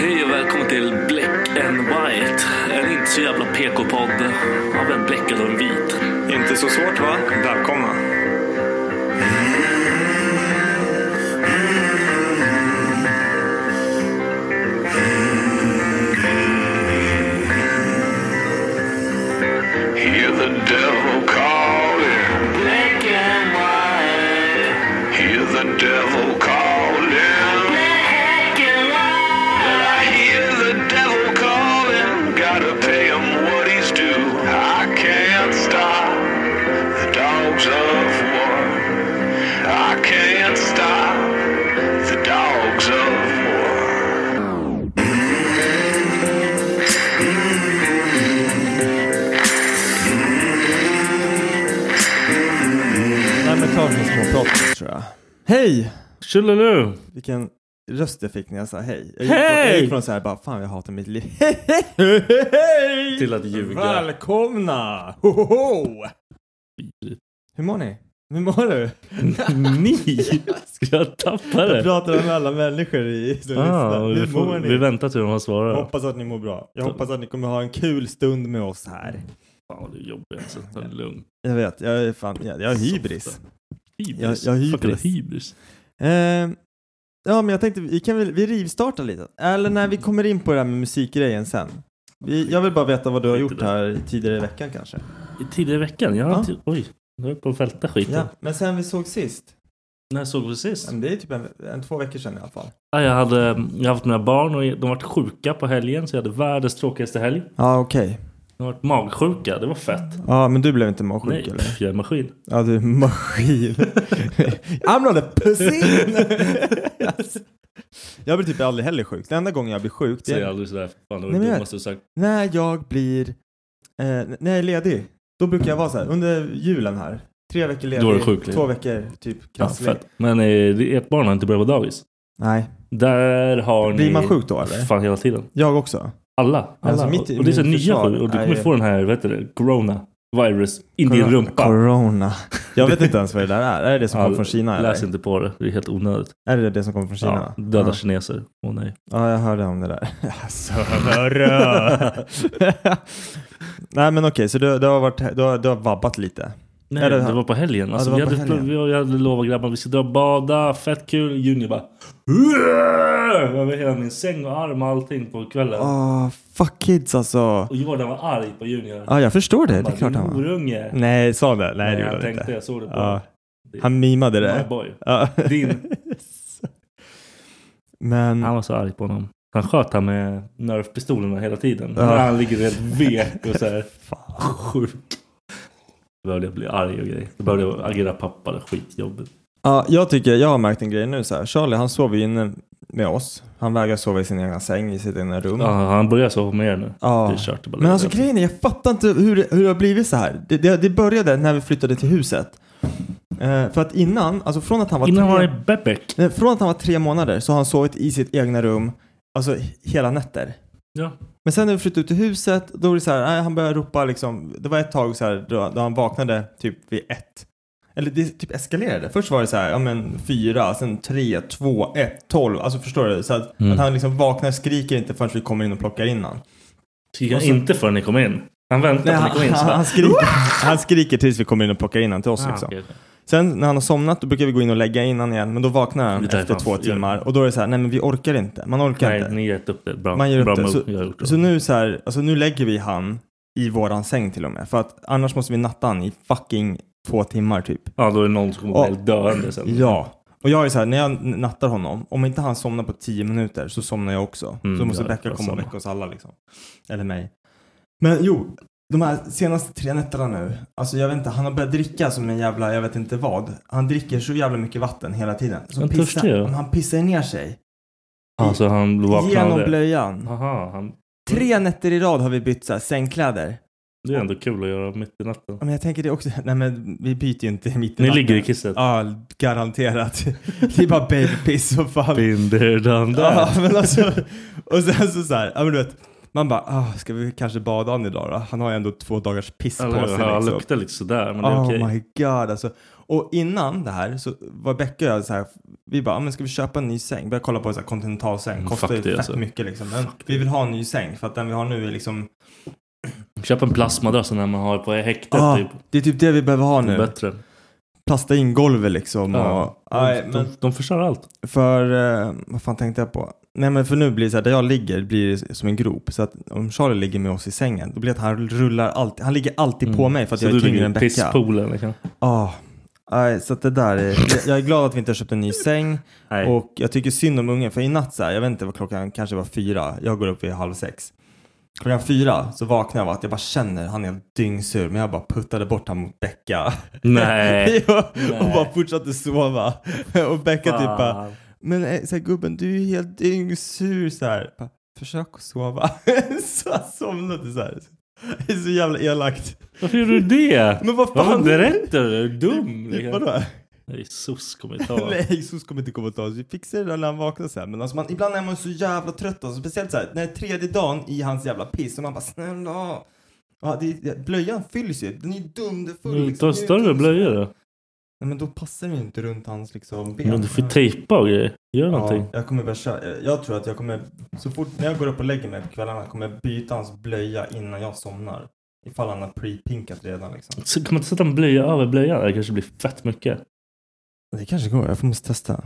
Hej och välkommen till Black and White. En inte så jävla PK-podd av en bläckad och en vit. Inte så svårt va? Välkomna. Hear the devil calling. Black and white. Hear the devil calling. Black and white. I hear the devil calling. Gotta pay him what he's due. I can't stop the dogs of war. I can't stop the dogs of war. Nej men ta en småprat tror jag. Hej! Tjolilu! Vilken röst jag fick när jag sa hej. Jag Hej! Från, jag gick från så här bara, fan jag hatar mitt liv. Hej! Till att ljuga. Välkomna! Ho, ho, ho! Hur mår ni? Hur mår du? Ni! Ska jag tappa Jag det? pratar med alla människor i som Ah, lyssnar. vi, Hur får, mår vi ni? väntar till de har Jag svarat. hoppas att ni mår bra. Jag hoppas att ni kommer ha en kul stund med oss här. Fan vad du är jobbig. Så ta det lugnt. Jag vet, jag är fan, jag, jag har hybris. Hybris. Jag- jag har Fuck, det var hybris. hybris. Eh, ja, men jag tänkte vi kan väl, vi rivstartar lite. Eller när vi kommer in på det här med musikgrejen sen. Vi, jag vill bara veta vad du har Skit i gjort det. här tidigare i veckan kanske. I Tidigare i veckan? Jag har Ja. inte... Oj, nu höll jag på att välta skiten. Ja, men sen vi såg sist. När såg vi sist? Men Det är typ en, en två veckor sedan i alla fall. Ja, Jag hade jag har haft mina barn och de varit sjuka på helgen. Så jag hade världens tråkigaste helg. Ja, okej. De varit magsjuka. Det var fett. Ja, men du blev inte magsjuk Nej, eller? pff, jag är maskin. Ja, du är maskin. I'm not a pussy! jag blir typ aldrig heller sjuk. Den enda gången jag blir sjuk, det Säg är aldrig sådär. Fan, det var Nej, men det jag- dummaste du sagt. när jag blir, eh, när jag är ledig. Då brukar jag vara så här, under julen här. Tre veckor Då är du ledig, sjuk, liksom. två veckor typ Ja, krasslig. fett. Men eh, det- ert barn har inte börjat på dagis. Nej, Där har ni... blir man sjuk då eller? Fan hela tiden. Jag också. Alla. alla. Alltså, mitt- och det är så mitt nya försvar sjuk. Och du kommer är- få den här, vad heter det, corona virus in din Corona- rumpa. Corona. Jag vet inte ens vad det där är. Är det det som Ja, kommer från Kina? Eller? Läs inte på det. Det är helt onödigt. Är det det som kommer från Ja, Kina? döda ja. kineser. Åh nej. ja, jag hörde om det där. Sörö! Nej men okej, så du, du, har varit, du, har, du har vabbat lite. Nej, Ja, det- det, var på helgen. Ja, Alltså, det var vi, på hade, helgen. vi och jag hade lovat grabbarna att vi ska dra och bada, fett kul. Junior bara... "Uah!" Över hela min säng och arm och allting på kvällen. Åh, Ah, fuck kids alltså. Och Jordan var arg på Junior. Ja, jag förstår det. Han Det bara, är klart "Din han var. horunge." Nej, sa han det? Nej, Nej, det han gjorde han tänkte, inte. jag såg det på Ja. Han mimade My det. boy. Ja. Din. Men, Han var så arg på honom. Han sköt han med nerfpistolerna hela tiden. Ja. När han ligger helt vek och så här. Sjuk. Då behövde jag bli arg och grejer. Då behövde jag agera pappa. Det var skitjobbigt. Ja, jag tycker, jag har märkt en grej nu så här. Charlie han sover ju inne med oss. Han vägrar sova i sin egna säng, i sitt egna rum. Ja, han börjar sova mer nu. Ja. Det är kört. Men alltså grejen är, jag fattar inte hur, hur det har blivit så här. Det, det, det började när vi flyttade till huset. Eh, för att innan, alltså från att han var Innan tre... var det Bebek. Nej, Från att han var tre månader så har han sovit i sitt egna rum, alltså hela nätter. Ja. Men sen när vi flyttade ut till huset, då var det så här, nej, han började ropa liksom, det var ett tag så här då, då han vaknade typ vid ett. Eller det typ eskalerade. Först var det så här, ja men fyra, sen tre, två, Eh, ett, tolv. Alltså förstår du? Så att, Mm. att han liksom vaknar, skriker inte förrän vi kommer in och plockar in han. Tycker jag Och så- inte förrän ni kom in. Han väntade Nej, tills han, ni kom in. så han, bara- han, skriker, han skriker tills vi kommer in och plockar in han till oss Ah, liksom. okej, okej. Sen när han har somnat då brukar vi gå in och lägga in han igen men då vaknar han Det är därför efter han två får- gör- timmar och då är det så här, nej men vi orkar inte. Man orkar Nej, inte. ni har gett upp det. Bra, Man ger upp bra det. move. Så- Jag har gjort det. Så nu så här, alltså nu lägger vi han i våran säng till och med. För att annars måste vi natta han i fucking två timmar typ. Ja, då är det någon som kommer Ja. bli helt döende sen. Ja. Och jag är så här, när jag n- nattar honom, om inte han somnar på tio minuter så somnar jag också. Mm, så måste ja, Becka jag komma och samma. väcka oss alla liksom. Eller mig. Men jo, de här senaste tre nätterna nu, alltså jag vet inte, han har börjat dricka som en jävla, jag vet inte vad. Han dricker så jävla mycket vatten hela tiden. Så Men törstig är pissar, jag. han pissar ju ner sig. Alltså han vaknade. Genom av det. blöjan. Aha, han, Tre nätter i rad har vi bytt så här, sängkläder. det är ändå kul att göra mitt i natten. Ja, Men jag tänker det också. Nej men vi byter ju inte mitt i Ni natten. ligger i kisset. Ja, garanterat. Det är bara babypiss och fan. Binder den Ja, där. men alltså. Och sen så så här, ja men du vet. Man bara, ah, ska vi kanske bada han idag då? Han har ju ändå två dagars piss på sig. Eller, han liksom. luktar lite sådär, men det är Oh okej. my god alltså. Och innan det här så var Becka och jag så här, vi bara, ah, men ska vi köpa en ny säng? Började kolla på en sån här kontinentalsäng. Mm, Kostar fuck ju det, fett alltså. mycket liksom. Men vi vill ha en ny säng för att den vi har nu är liksom. Köp en plastmadrass när man har på häktet Ah, typ. Det är typ det vi behöver ha Det är nu. Bättre. Plasta in golvet liksom. Ja. Och, nej, de, men, de, de förstör allt. För, eh, vad fan tänkte jag på? Nej men för nu blir det så här, där jag ligger blir det som en grop. Så att om Charlie ligger med oss i sängen, då blir det att han rullar alltid, han ligger alltid på mig för att Mm. Så jag du är tyngre ligger än i Becka. pisspoolen. Liksom. Ja. Nej, så att det där är, jag- jag är glad att vi inte har köpt en ny säng Nej. och jag tycker synd om ungen för i natt så här, jag vet inte vad klockan kanske var fyra, jag går upp vid halv sex. Klockan fyra så vaknar jag av att jag bara känner, han är helt dyngsur, men jag bara puttade bort honom mot Becka. Nej. och bara fortsatte sova. och Becka typ bara, Fan. men eh, så här, gubben, du är ju helt dyngsur så här. Bara, Försök att sova. så jag somnade så här. Det är så jävla elakt. Varför gjorde du det? Men vad Vad fan. fan berättar du? Är du dum? Typ, liksom? Vadå? Nej, sos kommer jag ta. Nej, SOS kommer inte komma och ta oss. Vi fixar det där när han vaknar så här. Men alltså man, ibland är man så jävla trött. Alltså, speciellt så här, när det är tredje dagen i hans jävla piss. Och man bara snälla. Ja, det, det, blöjan fylls ju. Den är ju dunderfull. liksom. Du tar Det är ju Mm. större dumt. blöjor då. Nej, men då passar den ju inte runt hans liksom ben. Men du får tejpa och grejer. Gör någonting. Ja, jag kommer börja köra. jag- Jag tror att jag kommer, så fort när jag går upp och lägger mig på kvällarna kommer jag byta hans blöja innan jag somnar. Ifall han har pre-pinkat redan liksom. Så kan man inte sätta en blöja över blöjan? Det kanske blir fett mycket. Det kanske går, jag får måste testa.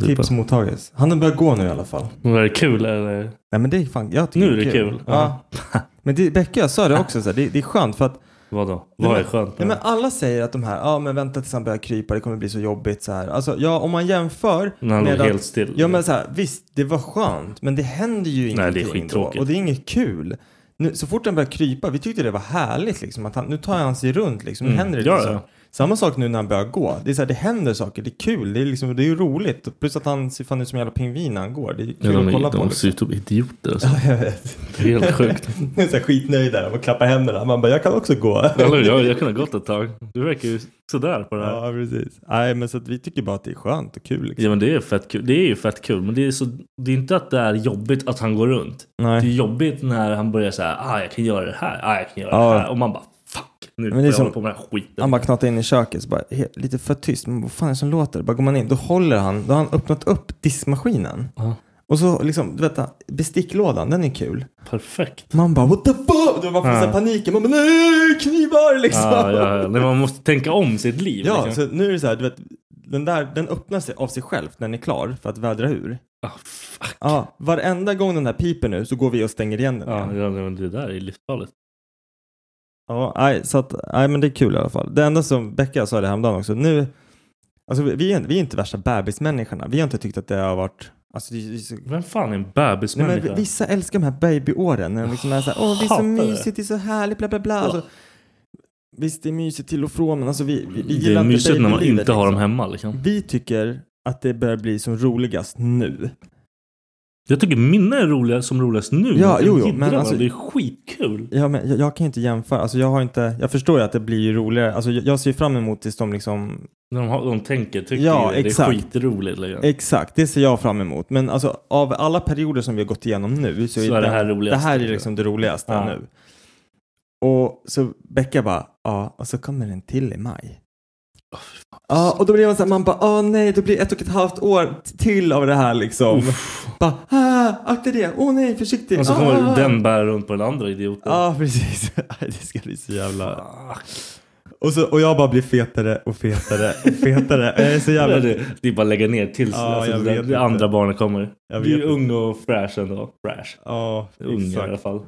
Det är Tips bara- mottages. Typ Han har börjat gå nu i alla fall. Var det kul eller? Nej men det är fan, jag tycker Nu är det kul. Ja. men det, Becka jag sa det också så här, det, det är skönt för att Vadå? Nej, Vad är men- skönt? nej, men alla säger att de här, ja men vänta tills han börjar krypa, det kommer bli så jobbigt så här. Alltså ja, om man jämför När han låg med att- helt still. Ja men så här, visst det var skönt men det händer ju det är ingenting skittråkigt. då, och det är inget kul. Nu, så fort han börjar krypa, vi tyckte det var härligt liksom att han, nu tar han sig runt liksom, nu Mm, händer det ja, liksom. ja. Samma sak nu när han börjar gå, det är så här, det händer saker, det är kul, det är liksom, det är ju roligt. Plus att han ser fan ut som en jävla pingvin när han går, det är kul Ja, de, att kolla är, på. de ser liksom. ut som idioter. Alltså. Ja, jag vet. Helt sjukt. Jag är så här skitnöjd där och klappar händerna. Man bara, jag kan också gå. Eller hur? Jag, jag kunde ha gått ett tag. Du verkar ju sådär på det här. Ja, precis. Nej, men så att vi tycker bara att det är skönt och kul. Liksom. Ja men det är fett kul. Det är ju fett kul. Men det är, så, det är inte att det är jobbigt att han går runt. Det är Nej. jobbigt när han börjar säga ah jag kan göra det här, ah jag kan göra Ja. det här. Och man bara fuck. Nu det är får jag som- hålla på med den här skiten. Han bara knatar in i köket så bara, he- lite för tyst. Men vad fan är det som låter? Bara går man in, då håller han, då har han öppnat upp diskmaskinen. Ja. Och så liksom, du vet, besticklådan, den är kul. Perfekt. Man bara, what the fuck? Då man får Ja. ja. paniken. Man bara, nej, knivar liksom. Ja, ja, ja. Nej, man måste tänka om sitt liv. Ja, liksom. så nu är det så här, du vet, den där, den öppnar sig av sig själv när den är klar för att vädra ur. ah, fuck. Ja, varenda gång den här piper nu så går vi och stänger igen den. Ja, igen. ja, men det där är livsfarligt. Ja, nej, så att, nej, men det är kul i alla fall. Det enda som Becka sa det häromdagen också, nu, alltså vi- vi är, vi är inte värsta bebismänniskorna. Vi har inte tyckt att det har varit, alltså det, det, är så- Vem fan är en nej, bebismänniska? men vissa älskar de här babyåren när de liksom är så här, åh det är så Hatar det. mysigt, det är så härligt, bla bla bla. Alltså, Visst, det är mysigt till och från, men alltså vi, vi, vi Det gillar är inte mysigt när man babylivet, inte har dem liksom. hemma liksom. Vi tycker att det börjar bli som roligast nu. Jag tycker mina är roliga som roligast nu. Ja, Jag jo, jo, gillar men dem. alltså- Det är skitkul. Ja, men jag, jag kan ju inte jämföra. Alltså, jag, har inte, jag förstår ju att det blir ju roligare. Alltså, jag, jag ser ju fram emot tills de liksom... När de, har, de tänker, tycker Ja, det, det är exakt. skitroligt. Liksom. Exakt, det ser jag fram emot. Men alltså, av alla perioder som vi har gått igenom nu så, Så är det här roligast. Det här är liksom det roligaste Ja. nu. Och så Becka bara, ja, och så kommer den till i maj. Ja, och då blir man så här, man bara, åh nej, det blir ett och ett halvt år t- till av det här liksom. Bara, ah, akta det, åh nej, försiktigt. Och så ah, kommer ah, den bära runt på den andra idioten. Ja, precis. Aj, Det ska bli så jävla... Och, så, och jag bara blir fetare och fetare och fetare. Jag är så jävla... det, det är bara att lägga ner tills Ja, alltså, jag det, vet det andra inte. barnet kommer. Jag Du är vet ung och fräsch ändå. Fräsch. Ja, Ung i alla exakt. fall.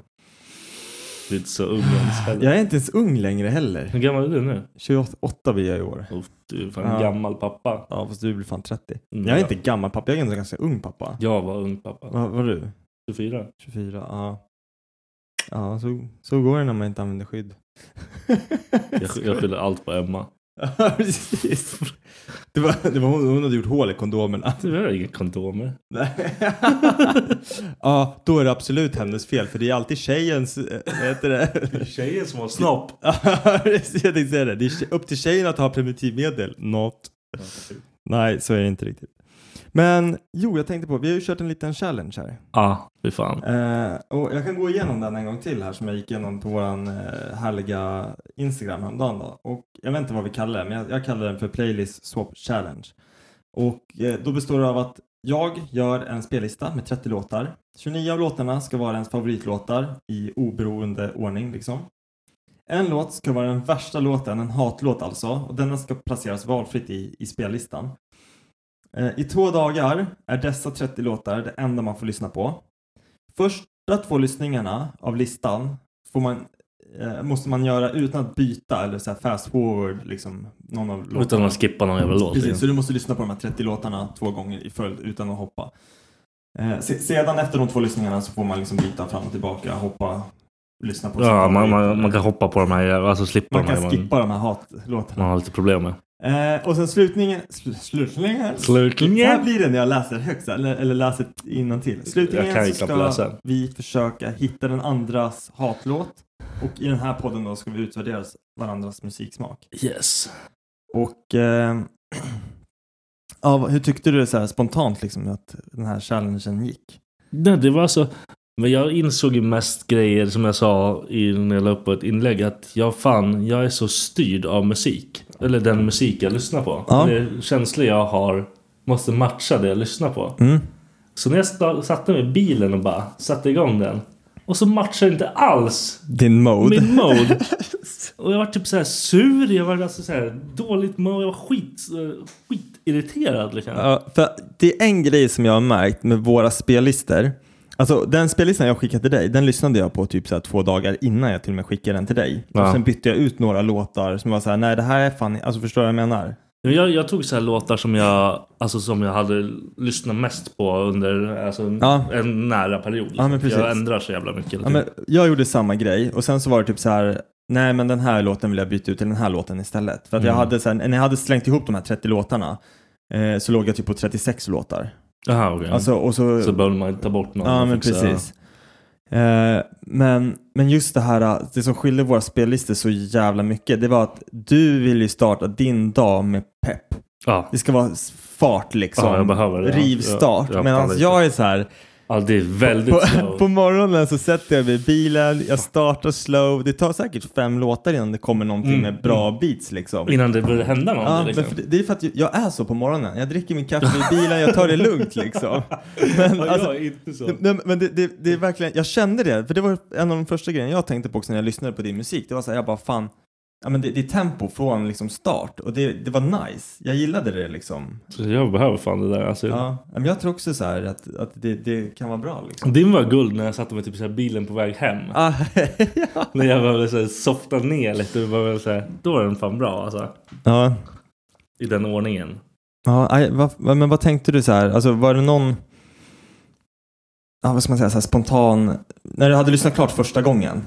Du är inte så ung ens heller. Jag är inte ens ung längre heller. Hur gammal är du nu? 28 blir jag i år. Oh, du är fan Ja. gammal pappa. Ja, fast du blir fan 30. Mm, Jag är ja. inte gammal pappa, jag är en ganska ung pappa. Jag var ung pappa. Vad var du? 24. 24? Ja. Ja, så, så går det när man inte använder skydd. Jag, jag skyller allt på Emma. Ja, precis. Det var, det var hon, hon hade gjort hål i kondomerna. Du har inga kondomer. Nej. ja, då är det absolut hennes fel för det är alltid tjejens, eh, vad heter det? Tjejen som har snopp. Ja, precis, jag tänkte säga det. Det är tje- upp till tjejen att ha primitivmedel. Not. Nej, så är det inte riktigt. Men jo, jag tänkte på, vi har ju kört en liten challenge här. Ja, fy fan. Eh, och jag kan gå igenom den en gång till här som jag gick igenom på våran eh, härliga Instagram häromdagen då. Och jag vet inte vad vi kallar den, men jag, jag kallar den för Playlist Swap Challenge. Och eh, då består det av att jag gör en spellista med 30 låtar. 29 av låtarna ska vara ens favoritlåtar i oberoende ordning liksom. En låt ska vara den värsta låten, en hatlåt alltså, och denna ska placeras valfritt i, i spellistan. Eh, I två dagar är dessa 30 låtar det enda man får lyssna på. Första två lyssningarna av listan får man, eh, måste man göra utan att byta eller så här fast forward liksom, någon av låtarna. Utan att skippa någon jävla låt. liksom. Precis, så du måste lyssna på de här 30 låtarna två gånger i följd utan att hoppa. Eh, se- sedan efter de två lyssningarna så får man liksom byta fram och tillbaka, hoppa, lyssna på Ja, man, man, man kan hoppa på de här jävla, alltså slippa man de här kan skippa de här hatlåtarna. man har lite problem med. Eh, och sen slutningen, sl- slutningen, Slutligen. Så här blir det när jag läser högt, så här, eller, eller läser innantill. Slutligen Jag kan ju så knappt ska läsa. vi försöka hitta den andras hatlåt och i den här podden då ska vi utvärdera varandras musiksmak. Yes. Och eh, ja, vad- hur tyckte du så här spontant liksom att den här challengen gick? Nej, det var så. Men jag insåg ju mest grejer som jag sa i, när jag la upp på ett inlägg att jag fan, jag är så styrd av musik. Eller den musik jag lyssnar på. Ja. Det känslor jag har måste matcha det jag lyssnar på. Mm. Så när jag sta- satte mig i bilen och bara satte igång den. Och så matchar inte alls Din mode? min mode. Och jag var typ så här sur, jag var alltså så här dåligt mode, jag var skit, eh, skitirriterad liksom. Ja, för det är en grej som jag har märkt med våra spellistor. Alltså den spellistan jag skickade till dig, den lyssnade jag på typ så här två dagar innan jag till och med skickade den till dig. Ja. Och sen bytte jag ut några låtar som var så här, nej det här är fan, alltså förstår du vad jag menar? Men Jag, jag tog så här låtar som jag, alltså som jag hade lyssnat mest på under alltså, en- Ja. en nära period. Liksom. men precis. Jag ändrar så jävla mycket. typ. Ja, men jag gjorde samma grej och sen så var det typ så här Nej men den här låten vill jag byta ut till den här låten istället. För att Mm. jag hade så här, när jag hade slängt ihop de här 30 låtarna eh, så låg jag typ på 36 låtar. Aha, okej. Alltså, och så, så behövde man ta bort någon. ja och men fixa- precis. Eh, men, men just det här, eh, det som skiljer våra spellistor så jävla mycket, det var att du vill ju starta din dag med pepp. Ja. Det ska vara s- fart liksom. Ja, jag behöver det. Ja. Rivstart. Ja, ja, Medan fan, det- jag är så här, ja, det är väldigt på, slow. på morgonen så sätter jag mig i bilen, jag startar slow. Det tar säkert fem låtar innan det kommer någonting Mm, med bra beats liksom. Innan det började hända något. Ja, liksom. men för det, det är för att jag är så på morgonen. Jag dricker min kaffe i bilen, jag tar det lugnt liksom. Men, Ja, alltså, jag är inte så. nej, men det, det, det är verkligen, jag kände det, för det var en av de första grejerna jag tänkte på också när jag lyssnade på din musik. Det var så här, jag bara fan, ja, men det, det är tempo från liksom start och det, det var nice. Jag gillade det liksom. Så Jag behöver fan det där. Alltså, Ja, men jag tror också så här att, att det, det kan vara bra liksom. Din var guld när jag satte mig typ i så här bilen på väg hem. Ah, När jag behövde så här softa ner lite. Det var väl så här, då var den fan bra alltså. ja, I den ordningen. Ja, aj, vad- vad- men vad tänkte du så här? Alltså var det någon ja, vad ska man säga, så här spontan, när du hade lyssnat klart första gången?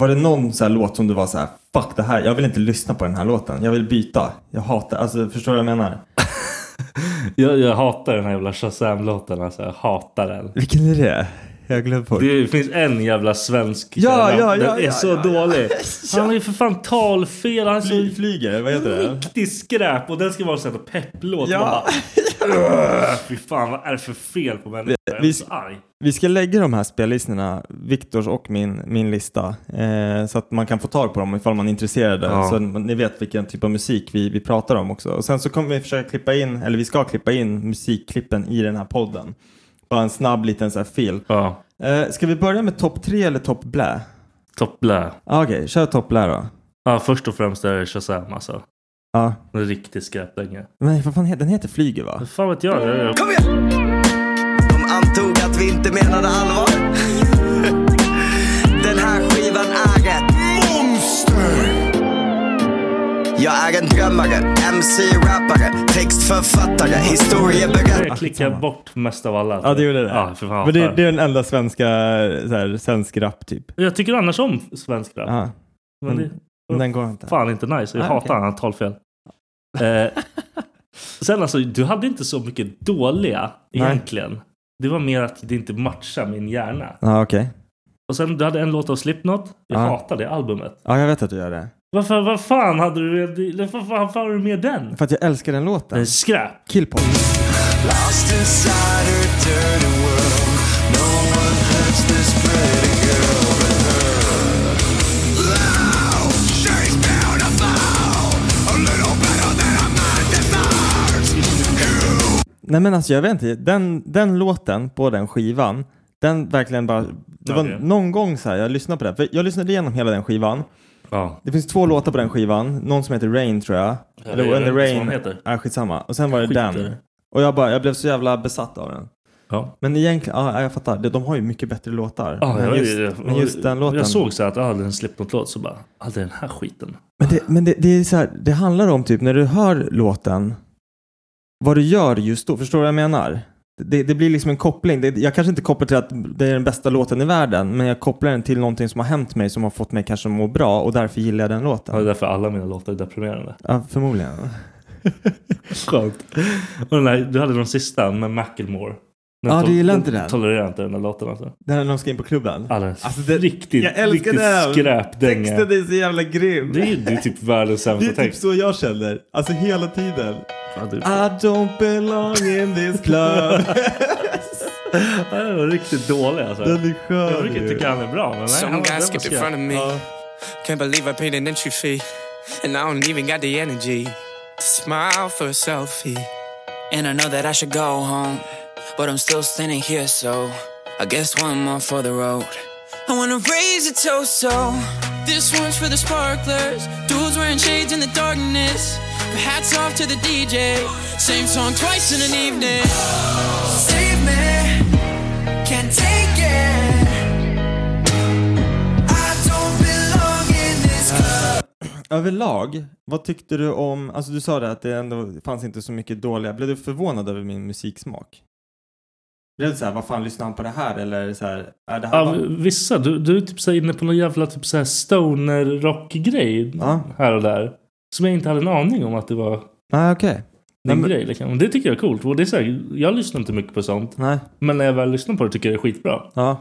Var det någon så här låt som du var så här, fuck det här, jag vill inte lyssna på den här låten, jag vill byta, jag hatar, alltså förstår du vad jag menar? Jag, jag hatar den här jävla Shazam-låten. Alltså, jag hatar den. Vilken är det? Jag glömde bort. Det finns en jävla svensk. Ja, ja, ja, den är ja, så ja, ja. dålig. Han har ju för fan talfel. Han är Fly, så flyger, vad heter det? riktigt skräp. Och den ska vara en sån här pepplåt. Man Ja. bara, "Ugh, Fy fan, vad är det för fel på människan? Jag Vi- är så arg. Vi ska lägga de här spellistorna, Viktors och min, min lista, eh, så att man kan få tag på dem ifall man är intresserad. Ja. Så ni vet vilken typ av musik vi, vi pratar om också. Och sen så kommer vi försöka klippa in, eller vi ska klippa in musikklippen i den här podden. Bara en snabb liten så här fil. Ja, Eh, ska vi börja med topp tre eller topp blä? topplä. Ah, Okej, kör topp blä då. Ja, först och främst är det Shazam alltså. Ja. En riktig skräplänge. Men vad fan heter den? heter Flyger va? Vad fan vet jag? Det Ah, är- De antog att vi inte menade allvar. Den här skivan är ett monster. Jag är en drömmare, MC-rappare, textförfattare, historieberättare. Jag klickar skitsamma. bort mest av alla. Ja, det gjorde det. Ja, för fan. Men det, hatar det är den enda svenska så här, svensk rap typ. Jag tycker annars om svensk rap. Ja, men det, men den går inte. Fan inte nice. Jag Ah, hatar okej. han, han har talfel. Eh, sen alltså, du hade inte så mycket dåliga Nej. egentligen. Det var mer att det inte matchar min hjärna. Ja, okej. Och sen du hade en låt av Slipknot. Jag Ja. hatar det albumet. Ja, jag vet att du gör det. Varför, vad fan hade du det- Vad fan var du med den? För att jag älskar den låten. Den är skräp. Killpop. Lost inside her dirty world. No one hurts this pretty girl but her. Loud, she's beautiful. A little better than a man deserves. Nej men alltså jag vet inte, den, den låten på den skivan, den verkligen bara, det var Okej. någon gång så här, jag lyssnade på den, för jag lyssnade igenom hela den skivan. Ja. Det finns två låtar på den skivan, någon som heter Rain tror jag. jag vet Eller When the inte vad den Rain, heter. ja skitsamma. Och sen var det Skit i den. det. Och jag bara, jag blev så jävla besatt av den. Ja. Men egentligen, ja jag fattar, de- de har ju mycket bättre låtar. Ja, men, jag- just, jag- men just den låten. Jag såg så här att ah, det är en Slipknot-låt så bara, ah, det är den här skiten. Men, det, men det, det är så här, det handlar om typ när du hör låten, vad du gör just då. Förstår du vad jag menar? Det, det blir liksom en koppling. Det, jag kanske inte kopplar till att det är den bästa låten i världen, men jag kopplar den till någonting som har hänt mig som har fått mig kanske att må bra och därför gillar jag den Ja, Det är låten. därför alla mina låtar är deprimerande. Ja, förmodligen. Skönt. Och den där, du hade den sista med Macklemore. Den Ja, du tol- gillar inte den? Tolererar inte den där låten alltså. När de ska in på klubben. Ja, den är Alltså, det- riktigt, jag älskar riktigt den. skräpdänga. Texten är så jävla grym. Det är ju det är typ världens Det sämsta är typ text. så jag känner. Alltså hela tiden. Ja, det är- I don't belong in this club. Ja, Den var riktigt dålig alltså. Den är skön Jag brukar ju. tycka han är bra, men nej, han, den var skräp. me. Can't believe I paid an entry fee. And I don't even got the energy to smile for a selfie. And I know that I should go home. But I'm still standing here, so I guess one more for the road. I wanna raise a toast, so this one's for the sparklers. Dudes wearing shades in the darkness. Hats off to the DJ. Same song twice in an evening. Save me, can't take it. I don't belong in this Överlag, vad tyckte du om, alltså du sa det att det ändå fanns inte så mycket dåliga, blev du förvånad över min musiksmak? Blev du såhär, vad fan lyssnar han på det här eller såhär, är det här Ja, bara- vissa, du, du är typ så här inne på någon jävla typ så här stoner-rock-grej Ja. här och där. Som jag inte hade en aning om att det var Nej okej, Nej, din men- grej. Liksom. Det tycker jag är coolt. Och det är så här, jag lyssnar inte mycket på sånt. nej, Men när jag väl lyssnar på det tycker jag det är skitbra. ja.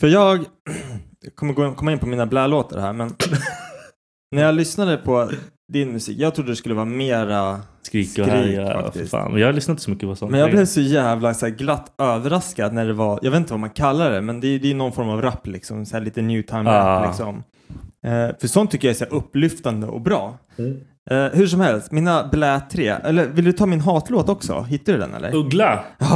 För jag, jag kommer gå- komma in på mina blälåtar här men när jag lyssnade på din musik, jag trodde det skulle vara mera Skrik och Skrik, härja. faktiskt. för Fan. Jag lyssnar inte så mycket på sånt. Men jag blev så jävla så här, glatt överraskad när det var, jag vet inte vad man kallar det, men det, är- det är någon form av rap liksom, så här lite new time rap Ah. liksom. Eh, för sånt tycker jag är så här, upplyftande och bra. Eh, hur som helst, mina blä tre, eller vill du ta min hatlåt också? Hittar du den eller? Uggla! Det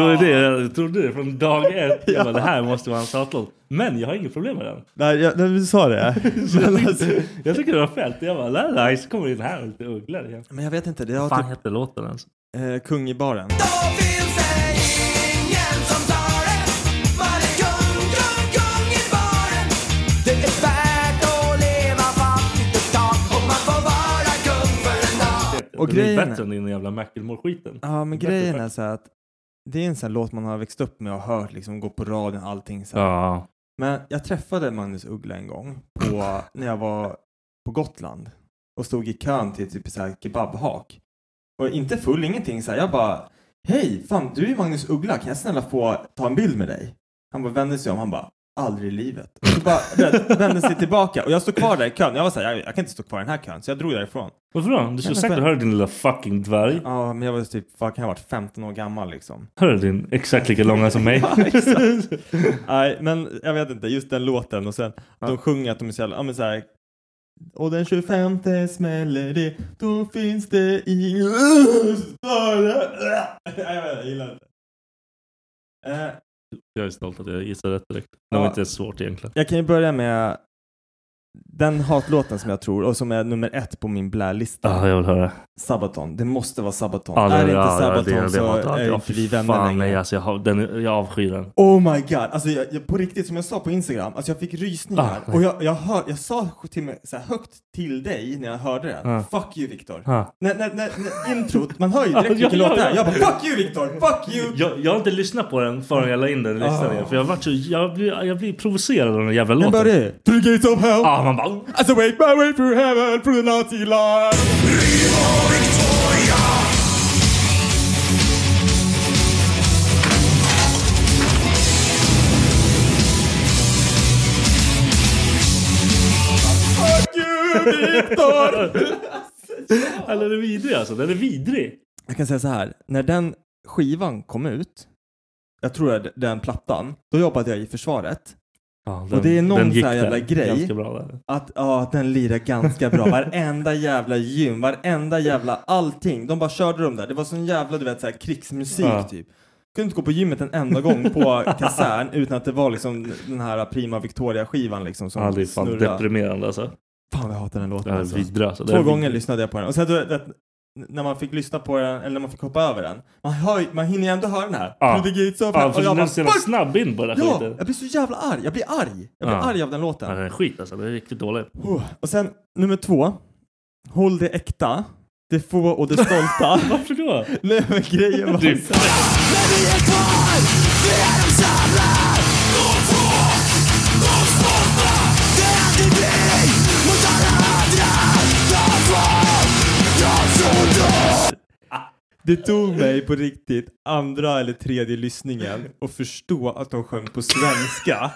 var ju det jag trodde från dag ett. Jag bara, det här måste vara hans hatlåt. Men jag har inget problem med den. Nej, jag, nej, du sa det. men, alltså, Jag tycker det var fett. Jag bara, nej, nej, så kommer det in här och lite ugglar igen. men jag vet inte, det Vad var fan typ hette låten ens? eh, Kung i baren. Och Och den är grejen är- bättre än din jävla Macklemore-skiten. Ja, men grejen är så här att det är en sån här låt man har växt upp med och hört liksom gå på radion och allting så här. Ja. Men jag träffade Magnus Uggla en gång på, när jag var på Gotland och stod i kön till typ så här kebabhak. Och inte full, ingenting. Så här, jag bara, hej, fan du är Magnus Uggla, kan jag snälla få ta en bild med dig? Han bara vände sig om, han bara, aldrig i livet. Och så bara vände- vände sig tillbaka och jag stod kvar där i kön. Jag var så här, jag, jag kan inte stå kvar i den här kön, så jag drog därifrån. Varför då? Du skulle men säkert för- höra din lilla fucking dvärg. Ja, men jag var typ, vad kan jag ha varit, 15 år gammal liksom. Hör du din exakt lika långa som mig? Ja, exakt. Nej, men jag vet inte. Just den låten och sen de sjunger att de är så jävla, ja men så här. Och den 25 smäller det, då finns det i... Nej, jag vet inte, jag gillar inte. Eh, Jag är stolt att jag gissade rätt direkt. Det var Ja. inte svårt egentligen. jag kan ju börja med den hatlåten som jag tror och som är nummer ett på min blärlista. Ja, jag vill höra. Sabaton. Det måste vara Sabaton. Ja, är det ja, inte ja, Sabaton det- det så hatar jag. är Ja, inte fy vi vänner Fan längre. nej, alltså jag, har, den, jag avskyr den. Oh my god, alltså jag, jag, på riktigt som jag sa på Instagram, alltså jag fick rysningar Ah. och jag, jag, hör, jag sa till mig, så här, högt till dig när jag hörde den, Ah. fuck you Viktor. Ah. När, när, när, när introt, man hör ju direkt Ja, vilken ja, låt det är. ja. Jag bara fuck you Viktor, fuck you! Jag, jag har inte lyssnat på den förrän jag la in den i listan Ah. igen. För jag, vart så, jag, blir, jag blir provocerad av den jävla Den låten. börjar ju, through the gates of hell, Ja, man bara... as I wake my way through heaven, through the naughty line. Fuck you Viktor! Eller den är vidrig alltså. Den är vidrig. Jag kan säga så här, när den skivan kom ut, jag tror att den plattan, då jobbade jag i försvaret. Ja, Och det är någon den gick sån här jävla där grej. Ganska bra där. Att ja, att den lirar ganska bra. Varenda jävla gym, varenda jävla allting. De bara körde dem där. Det var sån jävla du vet så här, krigsmusik Ja. typ. Kunde inte gå på gymmet en enda gång på kasern utan att det var liksom den här Prima Victoria-skivan liksom som Ja, det är fan snurrade. deprimerande alltså. Fan, jag hatar den låten Den är alltså. vidrig alltså. Den Två är vidrig. gånger lyssnade jag på den. Och sen du vet, att när man fick lyssna på den, eller när man fick hoppa över den. Man, hör, ju- man hinner ju ändå höra den här. Ja. Through the gates of Ja, hell. för och jag den är bara, så jävla fuck! snabb in på den här Ja, skiten. jag blir så jävla arg. Jag blir arg. Jag blir Ja. arg av den låten. Ja, den är skit alltså. Den är riktigt dålig. Oh, Och sen nummer två. Håll det äkta. Det få och det stolta. Varför då? Nej men grejen var Du- så här. Det tog mig på riktigt andra eller tredje lyssningen att förstå att de sjöng på svenska.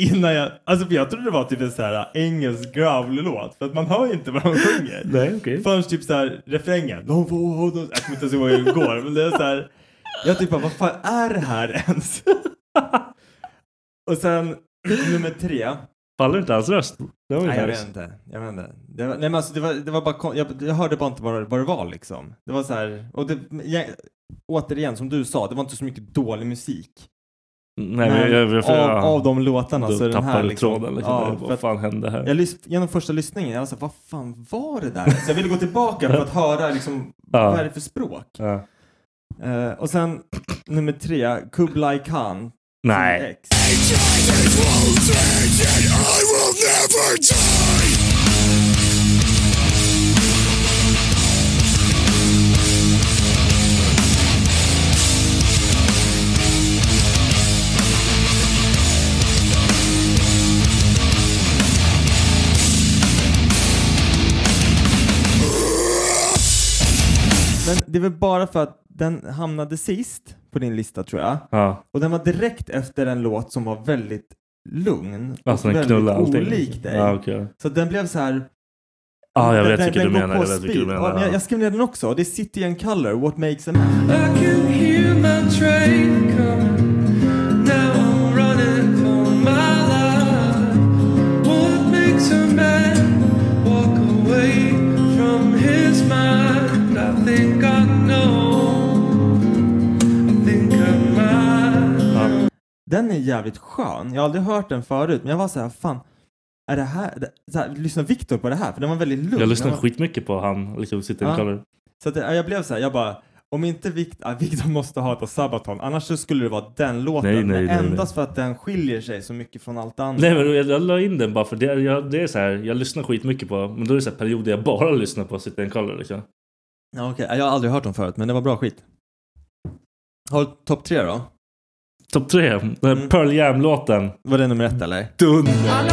Innan jag, alltså för jag trodde det var typ en sån här engelsk growl-låt för att man hör ju inte vad de sjunger. Nej, okej. Förrän typ såhär refrängen. De får, de... Jag kommer inte ens ihåg hur det går men det är såhär. Jag typ bara vad fan är det här ens? Och sen nummer tre. Faller inte hans röst? Det var ju Nej jag nice. vet inte. Jag vet inte. Det var, nej men alltså det var, det var bara kon- jag, jag hörde bara inte vad det, vad det var liksom. Det var såhär. Och det, jag, återigen som du sa det var inte så mycket dålig musik. Nej, Men men jag, jag, jag, av, av de låtarna så är du den här tappade liksom. tråden Alltså, liksom. Ja, för Vad att fan hände här? jag lys- genom första lyssningen, jag var såhär, vad fan var det där? Så jag ville gå tillbaka för att höra liksom, Ja. vad är det för språk? Ja. Eh, och sen nummer tre, Kublai Khan. Nej. X. Men det är väl bara för att den hamnade sist på din lista tror jag. Ja. Och den var direkt efter en låt som var väldigt lugn och Alltså den väldigt knullar allting. olik dig. Ja, okej. Så den blev så här... Ja, jag den- vet den- vilken den du går menar. på Jag vet vilken du speed. Ja, menar. jag- Jag skrev ner den också. Det är City and Color, What Makes a Man. Ja. Den är jävligt skön. Jag har aldrig hört den förut, men jag var så här, fan. Är det här... det- Så här lyssnar Viktor på det här? För den var väldigt lugn. Jag Den lyssnar var- skitmycket på han, liksom sitter Ja. och kollar. Så att det, jag blev så här, jag bara, om inte Viktor, ah, Viktor måste hata Sabaton, annars så skulle det vara den låten. Nej, nej, men nej, nej. endast för att den skiljer sig så mycket från allt annat. Nej men jag, jag la in den bara för det, jag, det är så här, jag lyssnar skitmycket på, men då är det så här perioder jag bara lyssnar på sitter och kollar liksom. Ja, okej. Jag har aldrig hört dem förut, men det var bra skit. Har du topp tre då? Topp tre. Den här Mm. Pearl Jam-låten. Var det nummer ett eller? Dunder.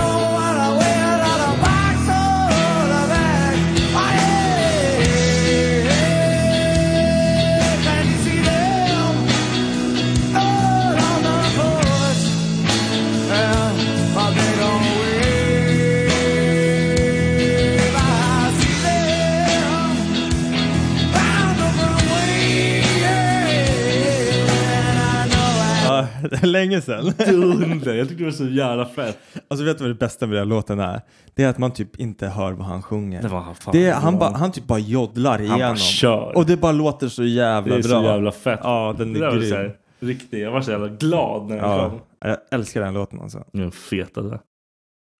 Ja, det är länge sedan. Dunder. Jag tyckte det var så jävla fett. Alltså vet du vad det bästa med den här låten är? Det är att man typ inte hör vad han sjunger. Det var han fan Det är, han, bra. bara- han typ bara joddlar bara igenom. kör. Och det bara låter så jävla Det är bra. så jävla fett. Ja, den Det där är var grym. så här Riktigt. Jag var så jävla glad när den kom. Ja, jag älskar den låten alltså. Den fetade.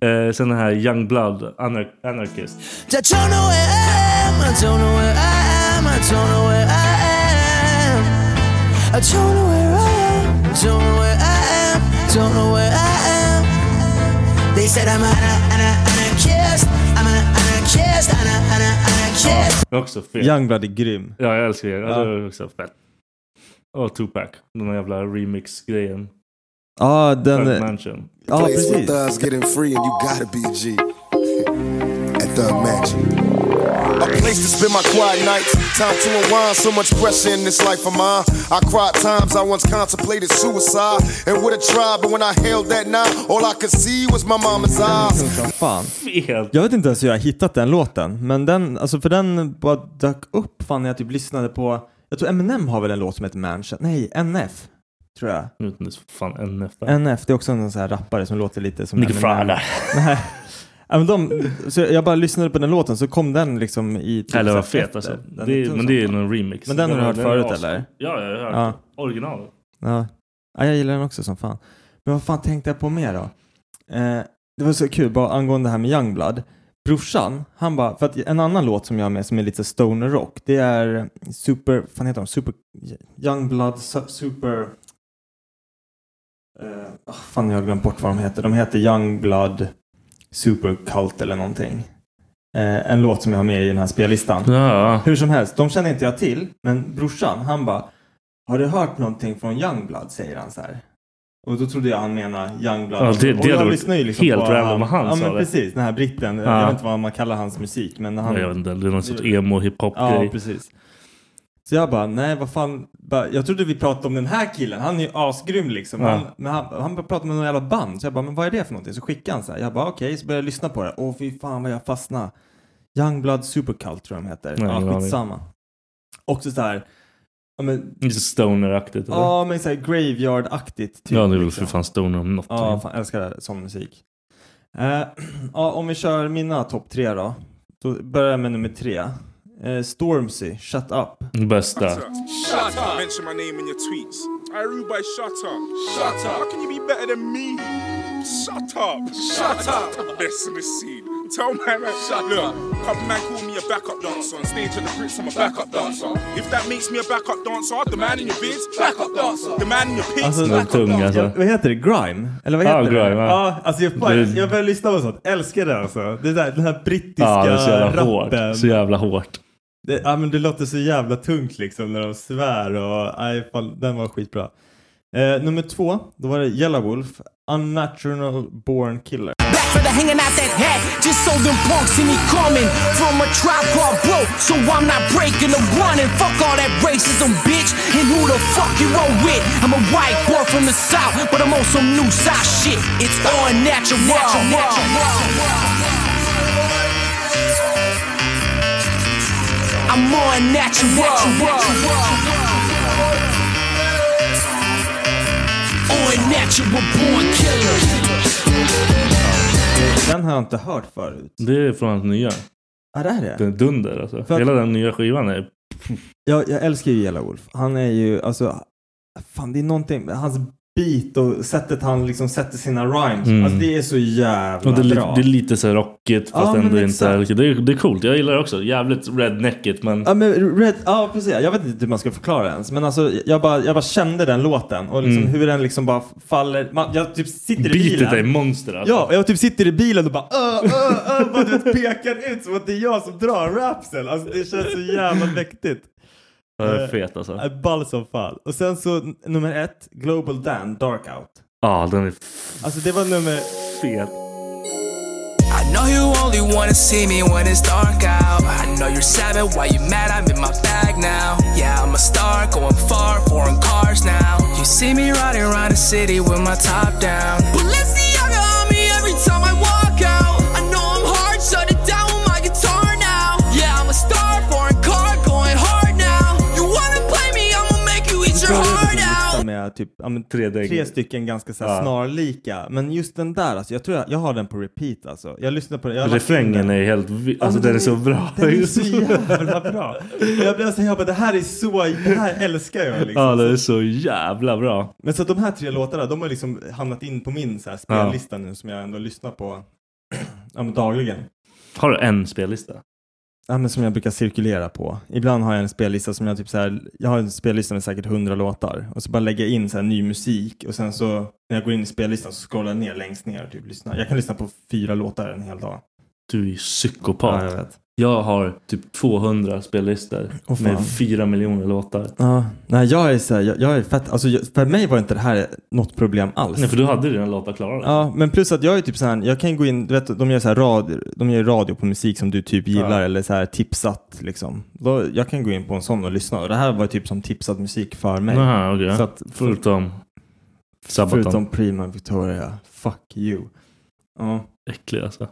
Eh, sen den här Young Blood, Anar- Anarchist. I don't know where I am. I don't know where I am. I don't know where I am. I don't know where I am. I don't know where I am. Don't know where I am. They said I'm an, an, an anarchist. I'm an anarchist. An, an, anarchist. Också fet. Youngblood är grym. Ja, jag älskar den. Ja. Ja. Det var också fett. Och Tupac. Den här jävla remix-grejen. Ja, Third den... Mansion. Ja, precis. Thugs getting free, and you gotta be a G. At Thug Mansion. A place to spend my quiet nights. Time to unwind. So much pressure in this life of mine. I cried times I once contemplated suicide and would have tried, but when I held that knife, all I could see was my mama's eyes. Som Fan. Fet! Jag vet inte ens hur jag har hittat den låten, men den, alltså för den bara dök upp fan när jag typ lyssnade på, jag tror Eminem har väl en låt som heter Mansion, nej NF, tror jag. Nu är det så fan NF där. NF, det är också en sån här rappare som låter lite som Nick Eminem. Frada. Nej. Ja, men de, så jag bara lyssnade på den låten så kom den liksom i... typ Eller så här vad fet efter. alltså. Den Det, liksom men så. det är någon remix. Men den har du hört är förut, awesome. eller? Ja, jag har hört Ja. originalet. Ja. ja, jag gillar den också som fan. Men vad fan tänkte jag på mer då? Eh, det var så kul, bara angående det här med Youngblood. Brorsan, han bara, för att en annan låt som jag har med som är lite stoner rock, det är Super, fan heter de? Super, Youngblood, Su- Super... Eh, ah, fan, jag har glömt bort vad de heter. De heter Youngblood Super Cult eller någonting. Eh, en låt som jag har med i den här spellistan. Ja. Hur som helst, de känner inte jag till, men brorsan, han bara Har du hört någonting från Youngblood? säger han så här. Och då trodde jag han menade Youngblood. Ja, det- det och jag hade varit lyssnar ju liksom helt på random om han Ja, sa men det. precis. Den här britten. Jag Ja. vet inte vad man kallar hans musik, men han... Nej, Jag vet inte, det är någon sorts emo Ja, hiphop-grej. precis. Så jag bara, nej vad fan. Bara, jag trodde vi pratade om den här killen. Han är ju asgrym liksom. Ja. Han, men han, han bara pratade med någon jävla band. Så jag bara, men vad är det för någonting? Så skickade han så här. Jag bara, okej. Så började jag lyssna på det. Åh fy fan vad jag fastnade. Youngblood Supercult tror jag de heter. Nej, ingen ja, aning. skitsamma. Också så här. Ja men, Lite stoner-aktigt. eller? ja, men så här graveyard-aktigt. Typ, ja, det är väl liksom. för fan stoner om något. Ja, fan, jag älskar det, sån musik. Eh, ja, om vi kör mina topp tre då. Då börjar jag med nummer tre. Eh, Stormzy, Shut Up. typ. Bästa. Shut up. Mention my name in your tweets. I by shut up. Shut up. How can you be better than me? Shut up. Shut up. Best in the scene. Tell my man. Shut Look, up. Come man call me a backup dancer. On stage at the Brits, I'm a backup dancer. If that makes me a backup dancer, the man in your beards, backup dancer. The man in your pigs, Alltså, Den är backup tung dancer. alltså. Vad heter det? Grime? Eller vad Ja, heter det? grime, ja. ja. Alltså jag, bara, Det- jag börjar lyssna på sånt. Älskar det alltså. Det där, den här brittiska Ja, det är så jävla rappen. hårt. Så jävla hårt. Det, ja, men det låter så jävla tungt liksom när de svär och aj, fan, den var skitbra. Eh, nummer två, då var det Yellow Wolf, Unnatural Born Killer. Back for the hanging out that hat. Just so them punks see me coming from a tribe called broke. So I'm not breaking the one and fuck all that racism, bitch. And who the fuck you roll with? I'm a white boy from the south, but I'm on some new side shit. It's all natural, natural, natural. I'm more natural. All natural born killer. Den har jag inte hört förut. Det är från hans nya. Ja, det är det. Den är dunder alltså. För att- Hela den nya skivan är... Jag, jag älskar ju Yellow Wolf. Han är ju, alltså, fan det är någonting, hans beat och sättet han liksom sätter sina rhymes. Mm. Alltså det är så jävla Och det, är li- bra. det är lite så här rockigt fast Ja, men ändå inte... exakt. Är, det, är, det är coolt. Jag gillar det också. Jävligt redneckigt men... Ja, men Red, ja, precis. Jag vet inte hur man ska förklara det ens. Men alltså, jag bara, jag bara kände den låten och liksom Mm. hur den liksom bara faller. Man, jag typ sitter i bilen. Beatet är monster alltså. Ja, och jag typ sitter i bilen och bara öh, öh, öh, bara, du vet, pekar ut som att det är jag som drar rapsen. Alltså det känns så jävla mäktigt. Ja, den är fet alltså. Eh, Ball som fan. Och sen så n- nummer ett, Global Dan, Dark Out. Ja, den är Alltså det var nummer... Fel. I know you only wanna see me when it's dark out. I know you're seven, why you mad? I'm in my bag now. Yeah, I'm a star, going far, foreign cars now. You see me riding around the city with my top down. Balenciaga on me every time I walk out. I know I'm hard, shut it down with my guitar now. Yeah, I'm a star, foreign car, going hard now. You wanna play me? I'ma make you eat your heart out. Lista Med typ, ja, men tre, stycken ganska så här Ja. snarlika. Men just den där, alltså, jag tror jag, jag har den på repeat alltså. Jag lyssnar på den. Jag har lagt in Refrängen den. är helt... vi- Alltså men den är så bra. Den är så jävla bra. Jag blev så här, jag bara, det här är så, det här älskar jag liksom. Ja, den är så jävla bra. Men så att de här tre låtarna, de har liksom hamnat in på min så här spellista nu som jag ändå lyssnar på ja, men dagligen. Har du en spellista? Ja, men som jag brukar cirkulera på. Ibland har jag en spellista som jag typ så här, jag har en spellista med säkert hundra låtar och så bara lägger jag in så här ny musik och sen så när jag går in i spellistan så scrollar jag ner längst ner och typ lyssnar. Jag kan lyssna på fyra låtar en hel dag. Du är ju psykopat. Ja, jag Jag har typ 200 spellistor Åh, fan. med 4 miljoner låtar. Ja, nej jag är så här, jag, jag är fett, alltså jag, för mig var inte det här något problem alls. Nej, för du hade dina låtar klara. Ja, men plus att jag är typ så här, jag kan gå in, du vet de gör så här radio, de gör radio på musik som du typ gillar Ja. eller så här tipsat liksom. Då, jag kan gå in på en sån och lyssna och det här var typ som tipsad musik för mig. Aha, okej. Så att, Förutom Sabaton. Förutom Prima Victoria. Fuck you. Ja. Äcklig alltså.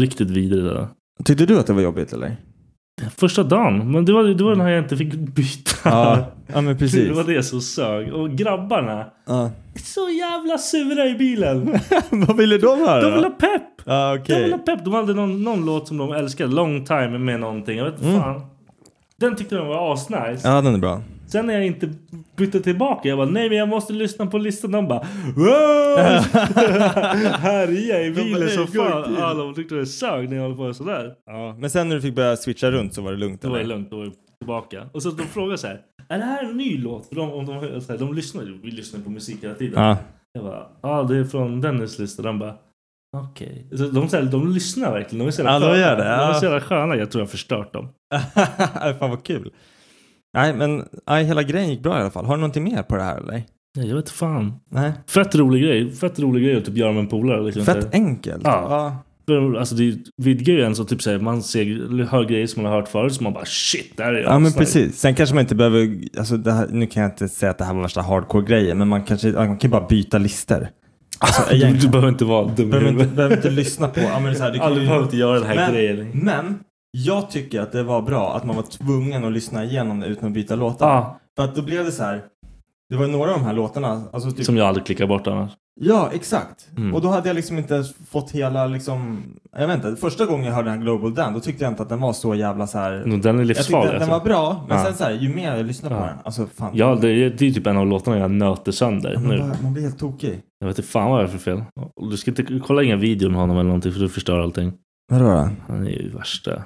Riktigt vidrig det där. Tyckte du att det var jobbigt eller? Första dagen. Men det var, det var den här jag inte fick byta. Ja, ja men precis. Det var det som sög. Och grabbarna. Ja. Så jävla sura i bilen. Vad ville de höra? De ville ha pepp. Ja, De Ah, okej. ville ha pepp. De hade någon, någon låt som de älskade. Long time med någonting. Jag vet inte Mm. fan. Den tyckte de var asnice. Ja, den är bra. Sen när jag inte bytte tillbaka, jag bara nej men jag måste lyssna på listan. De bara wow! Här är jag i bilen "Nej, som gå fan. till." Ja, de tyckte det sög när jag höll på sådär. Ja, Men sen när du fick börja switcha runt så var det lugnt då var det eller? lugnt, då var det tillbaka. Och så de frågade så här, är det här en ny låt? För de, om de, så här, de lyssnar ju, vi lyssnar på musik hela tiden. Ja. Jag bara, ja ah, det är från Dennis lista. De bara, okej. Så de, så här, de lyssnar verkligen, de är så jävla Ja, de sköna. gör det, De är ja. så jävla sköna, jag tror jag har förstört dem. Fan vad kul. Nej men nej, hela grejen gick bra i alla fall. Har du någonting mer på det här eller? Nej, jag vet fan. Nej. Fett rolig grej. Fett rolig grej att typ göra med en polare. Liksom. Fett Så här. enkelt. Ja. För, Alltså det vidgar ju en så typ så här, man ser, hör grejer som man har hört förut som man bara shit, där är jag. Ja men Så här, precis. Sen kanske man inte behöver, alltså det här, nu kan jag inte säga att det här var värsta hardcore grejen men man kanske, man kan ju bara byta listor. Alltså, Du, egentligen. du behöver inte vara dum i Behöver inte, huvudet. behöver inte lyssna på. Ja, men så här, du kan Alla ju- behöver inte göra den här men, grejen. Men jag tycker att det var bra att man var tvungen att lyssna igenom det utan att byta låtar. Ja. För att då blev det så här. Det var några av de här låtarna. Alltså typ, Som jag aldrig klickar bort annars. Ja, exakt. Mm. Och då hade jag liksom inte ens fått hela liksom. Jag vet inte. Första gången jag hörde den här Global Dan då tyckte jag inte att den var så jävla så här. Men Den är jag tyckte Mm. livsfarlig. alltså. att den var bra. Men Ja. sen så här, ju mer jag lyssnar på Ja. den. Alltså fan. Ja, det, är- det är typ en av låtarna jag nöter sönder man, nu. bara, man blir helt tokig. Jag vet inte fan vad det är för fel. Och Du ska inte kolla inga videor med honom eller någonting för du förstör allting. Vadå då? Han är ju värsta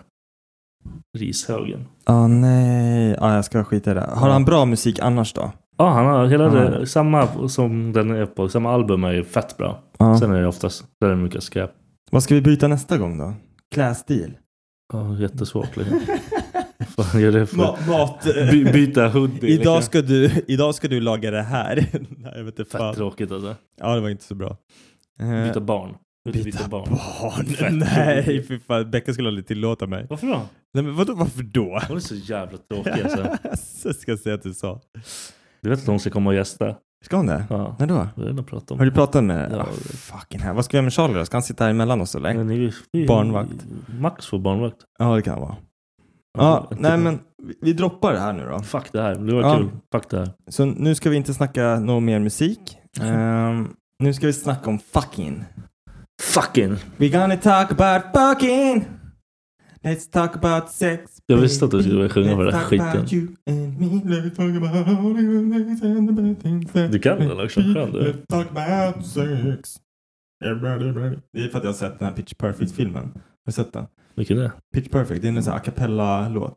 rishögen. Ah nej. Ja, jag ska skita i det. Har han bra musik annars då? Ja, han har hela Ja. det, samma som den är på, samma album är ju fett bra. Ja. Sen är det oftast, där är det mycket skräp. Vad ska vi byta nästa gång då? Klädstil? Ja, jättesvårt liksom. Vad fan gör det för... Ma- mat- By, byta hoodie. liksom. Idag ska, du, idag ska du laga det här. Nej, jag vet inte Fett fan. tråkigt alltså. Ja, det var inte så bra. Eh, Byta barn. byta barn. Fett barn. Nej, tråkigt. fy fan. Becka skulle aldrig tillåta mig. Varför då? Nej, men vadå, varför då? Hon är så jävla tråkig alltså. så ska jag säga att du sa. Du vet att hon ska komma och gästa? Ska hon det? Ja. När då? Vi har redan pratat om Har du pratat med Ja. Ah, fucking hell. Vad ska vi göra med Charlie då? Ska han sitta här emellan oss eller? Men ni- vi- Barnvakt. Max får barnvakt. typ. Ja, det kan han vara. Ja, typ. nej men vi- vi droppar det här nu då. Fuck det här. Det var Ja. kul. Fuck det här. Så nu ska vi inte snacka någon mer musik. Ehm, nu ska vi snacka om fucking. Fucking. We gonna talk about fucking. Let's talk about sex. Jag visste att du skulle baby. sjunga på den där Let's talk about skiten. you and me. Let's talk about all the good things and the bad things that Du kan den också. Skön we- du. Let's talk about sex. Everybody, everybody. Det är för att jag har sett den här Pitch Perfect-filmen. Har du sett den? Vilken är det? Pitch Perfect, det är en sån här a cappella-låt.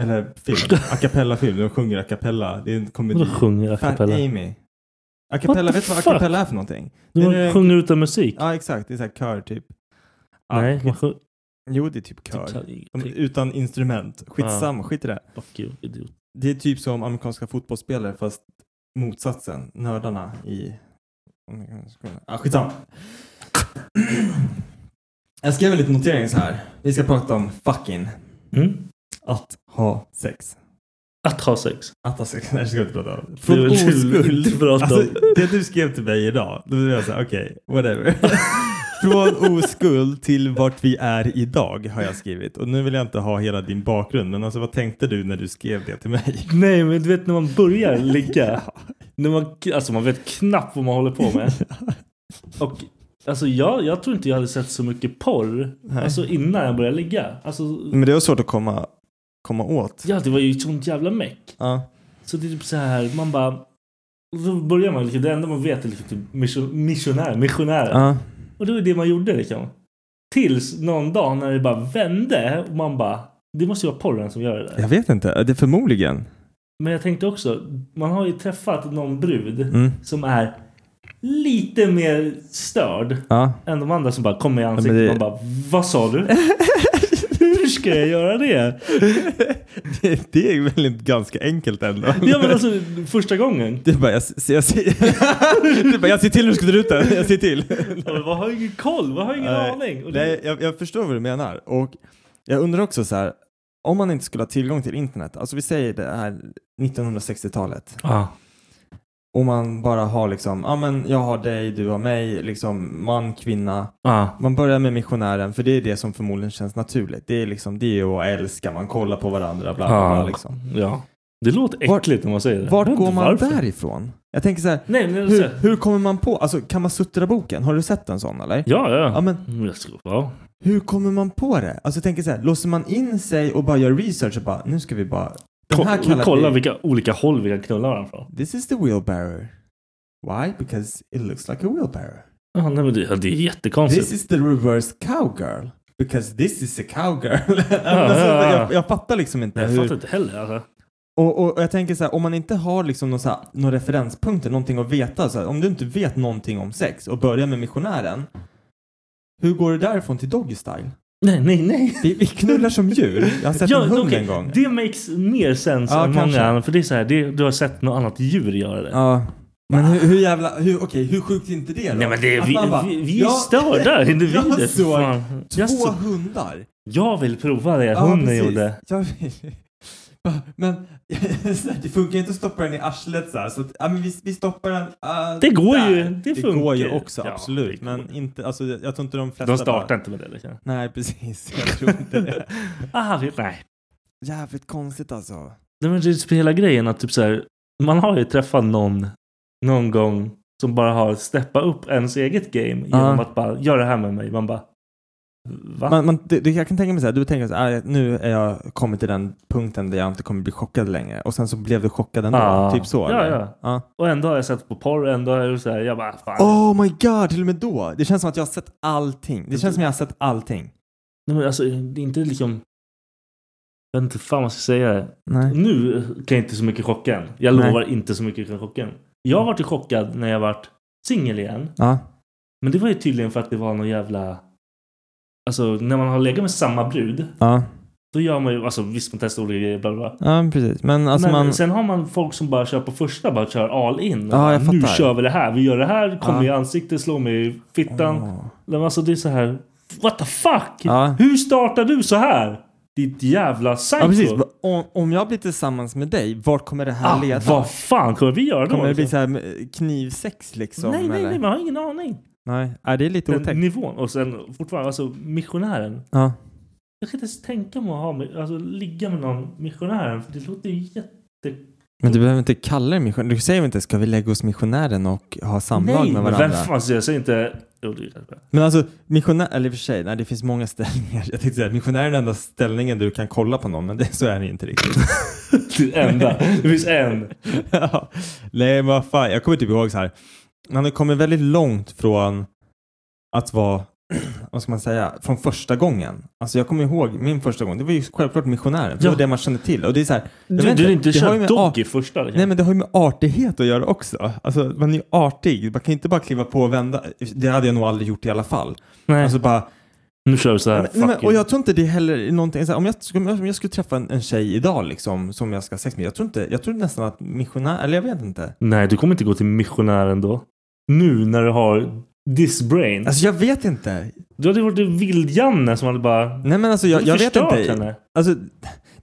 Eller film. A cappella-film. De sjunger a cappella. Det är en komedi. Vadå sjunger a Fat cappella? Amy. A cappella, What the vet du vad a fuck? cappella är för någonting? Du Det är- sjunger utan musik? Ja, exakt. Det är så här kör typ. Nej, man sjung- Jo, det är typ kör. De, utan instrument. Skitsam, skit i det. Fuck you, idiot. Det är typ som amerikanska fotbollsspelare fast motsatsen. Nördarna i... Ah, skitsam. Jag skrev en liten notering så här. Vi ska prata om fucking. Mm. Att ha sex. Att ha sex. Att ha sex. Nej, det ska jag inte prata om. Det Från är väl du oskuld. vill prata om. alltså, det du skrev till mig idag. Då blev jag så här, okej, whatever. Från oskuld till vart vi är idag har jag skrivit. Och nu vill jag inte ha hela din bakgrund. Men alltså vad tänkte du när du skrev det till mig? Nej, men du vet när man börjar ligga. när man, alltså man vet knappt vad man håller på med. Och alltså jag, jag tror inte jag hade sett så mycket porr. Nej. Alltså innan jag började ligga. Alltså, Men det var svårt att komma, komma åt. ja, det var ju ett sånt jävla meck. Ja. Så det är typ så här, man bara... och Då börjar man liksom, det enda man vet är liksom typ mission, missionär, missionär. Ja. Och det var ju det man gjorde liksom. Tills någon dag när det bara vände och man bara, det måste ju vara porren som gör det där. Jag vet inte. Det är förmodligen. Men jag tänkte också, man har ju träffat någon brud Mm. som är lite mer störd Ja. än de andra som bara kommer i ansiktet men det- och man bara, vad sa du? Hur ska jag göra det? Det, det är väl inte ganska enkelt ändå. Ja men alltså första gången. Det är bara, jag, ser- jag, ser, det är bara, jag ser till hur du ska dra ut den. Jag ser till. Ja, men Vad har jag ingen koll? Vad har jag ingen Nej. aning? Och det- Nej, jag, jag förstår vad du menar. Och jag undrar också så här, om man inte skulle ha tillgång till internet, alltså vi säger det här 1960-talet. Ja. Och man bara har liksom, ja men jag har dig, du har mig, liksom man, kvinna. Ja. Man börjar med missionären, för det är det som förmodligen känns naturligt. Det är liksom det och älska, man kollar på varandra, bla bla, bla Ja. liksom. Ja. Det låter äckligt när man säger det. Vart Jag vet går inte man varför. därifrån? Jag tänker så här, Nej, men hur, alltså- hur kommer man på, alltså kan man suttra boken? Har du sett en sån eller? Ja, ja. Ja, men- Mm, Jag ska, ja. Hur kommer man på det? Alltså jag tänker så här, låser man in sig och bara gör research och bara, nu ska vi bara... Den här Ko- kallar kolla vi- vilka olika håll vi kan knulla varandra från. This is the wheelbarrow. Why? Because it looks like a wheelbarrow. Ja, nej, men det, ja, det är jättekonstigt. This is the reverse cowgirl. Because this is a cowgirl. alltså, ja, ja. Jag, jag fattar liksom inte. jag hur- fattar inte heller. Alltså. Och, och, och jag tänker så här, om man inte har liksom någon, så här, någon referenspunkter, någonting att veta. Så här, om du inte vet någonting om sex och börjar med missionären. Hur går det därifrån till doggy style? Nej, nej, nej. Vi, vi knullar som djur. Jag har sett en hund okej. en gång. Det makes mer sense Ja, än kanske. många andra. För det är så här, det, du har sett något annat djur göra det. Ja. Men hur, hur jävla, hur, okej, hur sjukt är inte det då? Nej men det, Att vi, man bara, vi, vi är "Ja, störda individer. Jag såg fan. jag, två såg- hundar. jag vill prova det Ja, hunden precis. gjorde. Jag vill- Va, Men så här, det funkar ju inte att stoppa den i arslet så, här, så att, ja, men vi, vi stoppar den ah, Det går där. ju, det Det går funkar ju ju. också, Ja, absolut. det går. Men inte, alltså, jag jag tror inte de flesta De startar bara- inte med det liksom. Nej, precis. Jag tror inte det. Ah, vet- nej. Jävligt konstigt alltså. Nej men det är typ hela grejen att typ så här, man har ju träffat någon någon gång som bara har steppat upp ens eget game genom Ja. att bara göra det här med mig. Man bara va? Man, man, det, det, jag kan tänka mig så här, du tänker så här, "Ah, nu är jag kommit till den punkten där jag inte kommer bli chockad längre. Och sen så blev du chockad ändå. Ja. Typ så. Ah. Ja, eller? ja. Och ändå har jag sett på porr, ändå har jag så här, jag bara fan. Oh my god, till och med då. Det känns som att jag har sett allting. Det känns som att jag har sett allting. Nej, men alltså det är inte liksom jag vet inte fan vad jag ska säga. Nej. Nu kan jag inte så mycket chocka än. Jag Nej. lovar inte så mycket chocka än. Jag vart ju chockad när jag vart singel igen. Ja. Men det var ju tydligen för att det var någon jävla... Alltså när man har legat med samma brud. Ja. Då gör man ju, alltså visst man testar olika grejer, bla bla bla. Ja, precis. Men alltså men man... sen har man folk som bara kör på första, bara kör all in. Ja, jag äh, nu fattar. kör vi det här, vi gör det här, kommer Ja. i ansiktet, slår mig i fittan. Åh. Men alltså det är så här, what the fuck? Ja. Hur startar du så här? Ditt jävla psycho. Ja, precis. Om, om jag blir tillsammans med dig, vart kommer det här Ah, leda? vad fan kommer vi göra då? Kommer det bli liksom? så här med knivsex liksom? nej, nej, eller? nej, man har ingen aning. nej. Ja, det är lite Den otäckt. nivån. Och sen fortfarande, alltså missionären. Ja. Jag kan inte ens tänka mig att ha, med- alltså, ligga med någon missionär. För det låter ju jätte... Men du behöver inte kalla dig missionär. Du säger väl inte ska vi lägga oss missionären och ha samlag Nej, med men varandra? Vem fan säger jag säger inte... Jo, det kanske jag. Men alltså missionär, eller i och för sig, nej det finns många ställningar. Jag tänkte säga att missionär är den enda ställningen där du kan kolla på någon, men det, så är det inte riktigt. Det enda. Det finns en. ja. Nej men vad fan, jag kommer typ ihåg så här. Man har kommit väldigt långt från att vara, vad ska man säga, från första gången. Alltså jag kommer ihåg min första gång, det var ju självklart missionären, för det Ja. var det man kände till. Och det är så här, jag Du, vet du har inte det har kört ju med dogg art- i första. Liksom. Nej men det har ju med artighet att göra också. Alltså man är ju artig, man kan ju inte bara kliva på och vända. Det hade jag nog aldrig gjort i alla fall. Nej. Alltså bara, Nu kör vi så här. Men- Fuck Nej, men, och you. jag tror inte det heller är någonting, så här, om, jag, skulle- om jag skulle träffa en, en tjej idag liksom, som jag ska ha sex med, jag tror, inte, jag tror nästan att missionär, eller jag vet inte. Nej, du kommer inte gå till missionären då. Nu när du har this brain. Alltså jag vet inte. Du hade varit Vild-Janne som hade bara... Nej men alltså jag, Du jag vet förstört inte. henne. Alltså,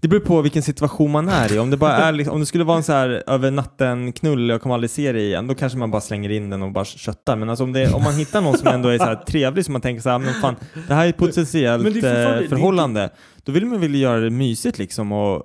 det beror på vilken situation man är i. Om det, bara är, liksom, om det skulle vara en så här över natten knull, jag kommer aldrig se dig igen, då kanske man bara slänger in den och bara köttar. Men alltså om, det, om man hittar någon som ändå är så här trevlig, som man tänker så här, "Ah, men fan, det här är ett potentiellt Men det är fortfarande- det eh, är förhållande. Då vill man väl göra det mysigt liksom och eh,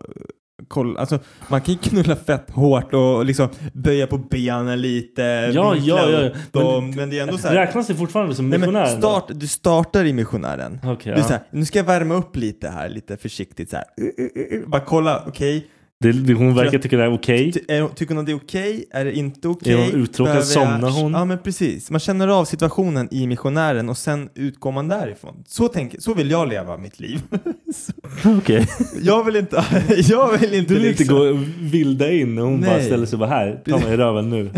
kolla, alltså man kan ju knulla fett hårt och liksom böja på benen lite, Ja, vinkla ja, ja. upp dem, men, det är ändå så här... Räknas det fortfarande som Nej, men missionär? då? start, du startar i missionären. Okej, du är ja. så här, nu ska jag värma upp lite här, lite försiktigt så här. Uh, uh, uh, uh. Bara kolla, okej. Det, det, hon verkar tycka det är okej. Ty- är- Tycker hon att det är okej? Är det inte okej? Är hon uttråkad? Behöver jag- Somnar hon? Ja, men precis. Man känner av situationen i missionären och sen utgår man därifrån. Så, tänker, så vill jag leva mitt liv. Så- Okej. jag vill inte... jag vill inte Du vill inte liksom- gå vilda in och hon bara Nej. ställer sig bara här. Ta mig i röven nu.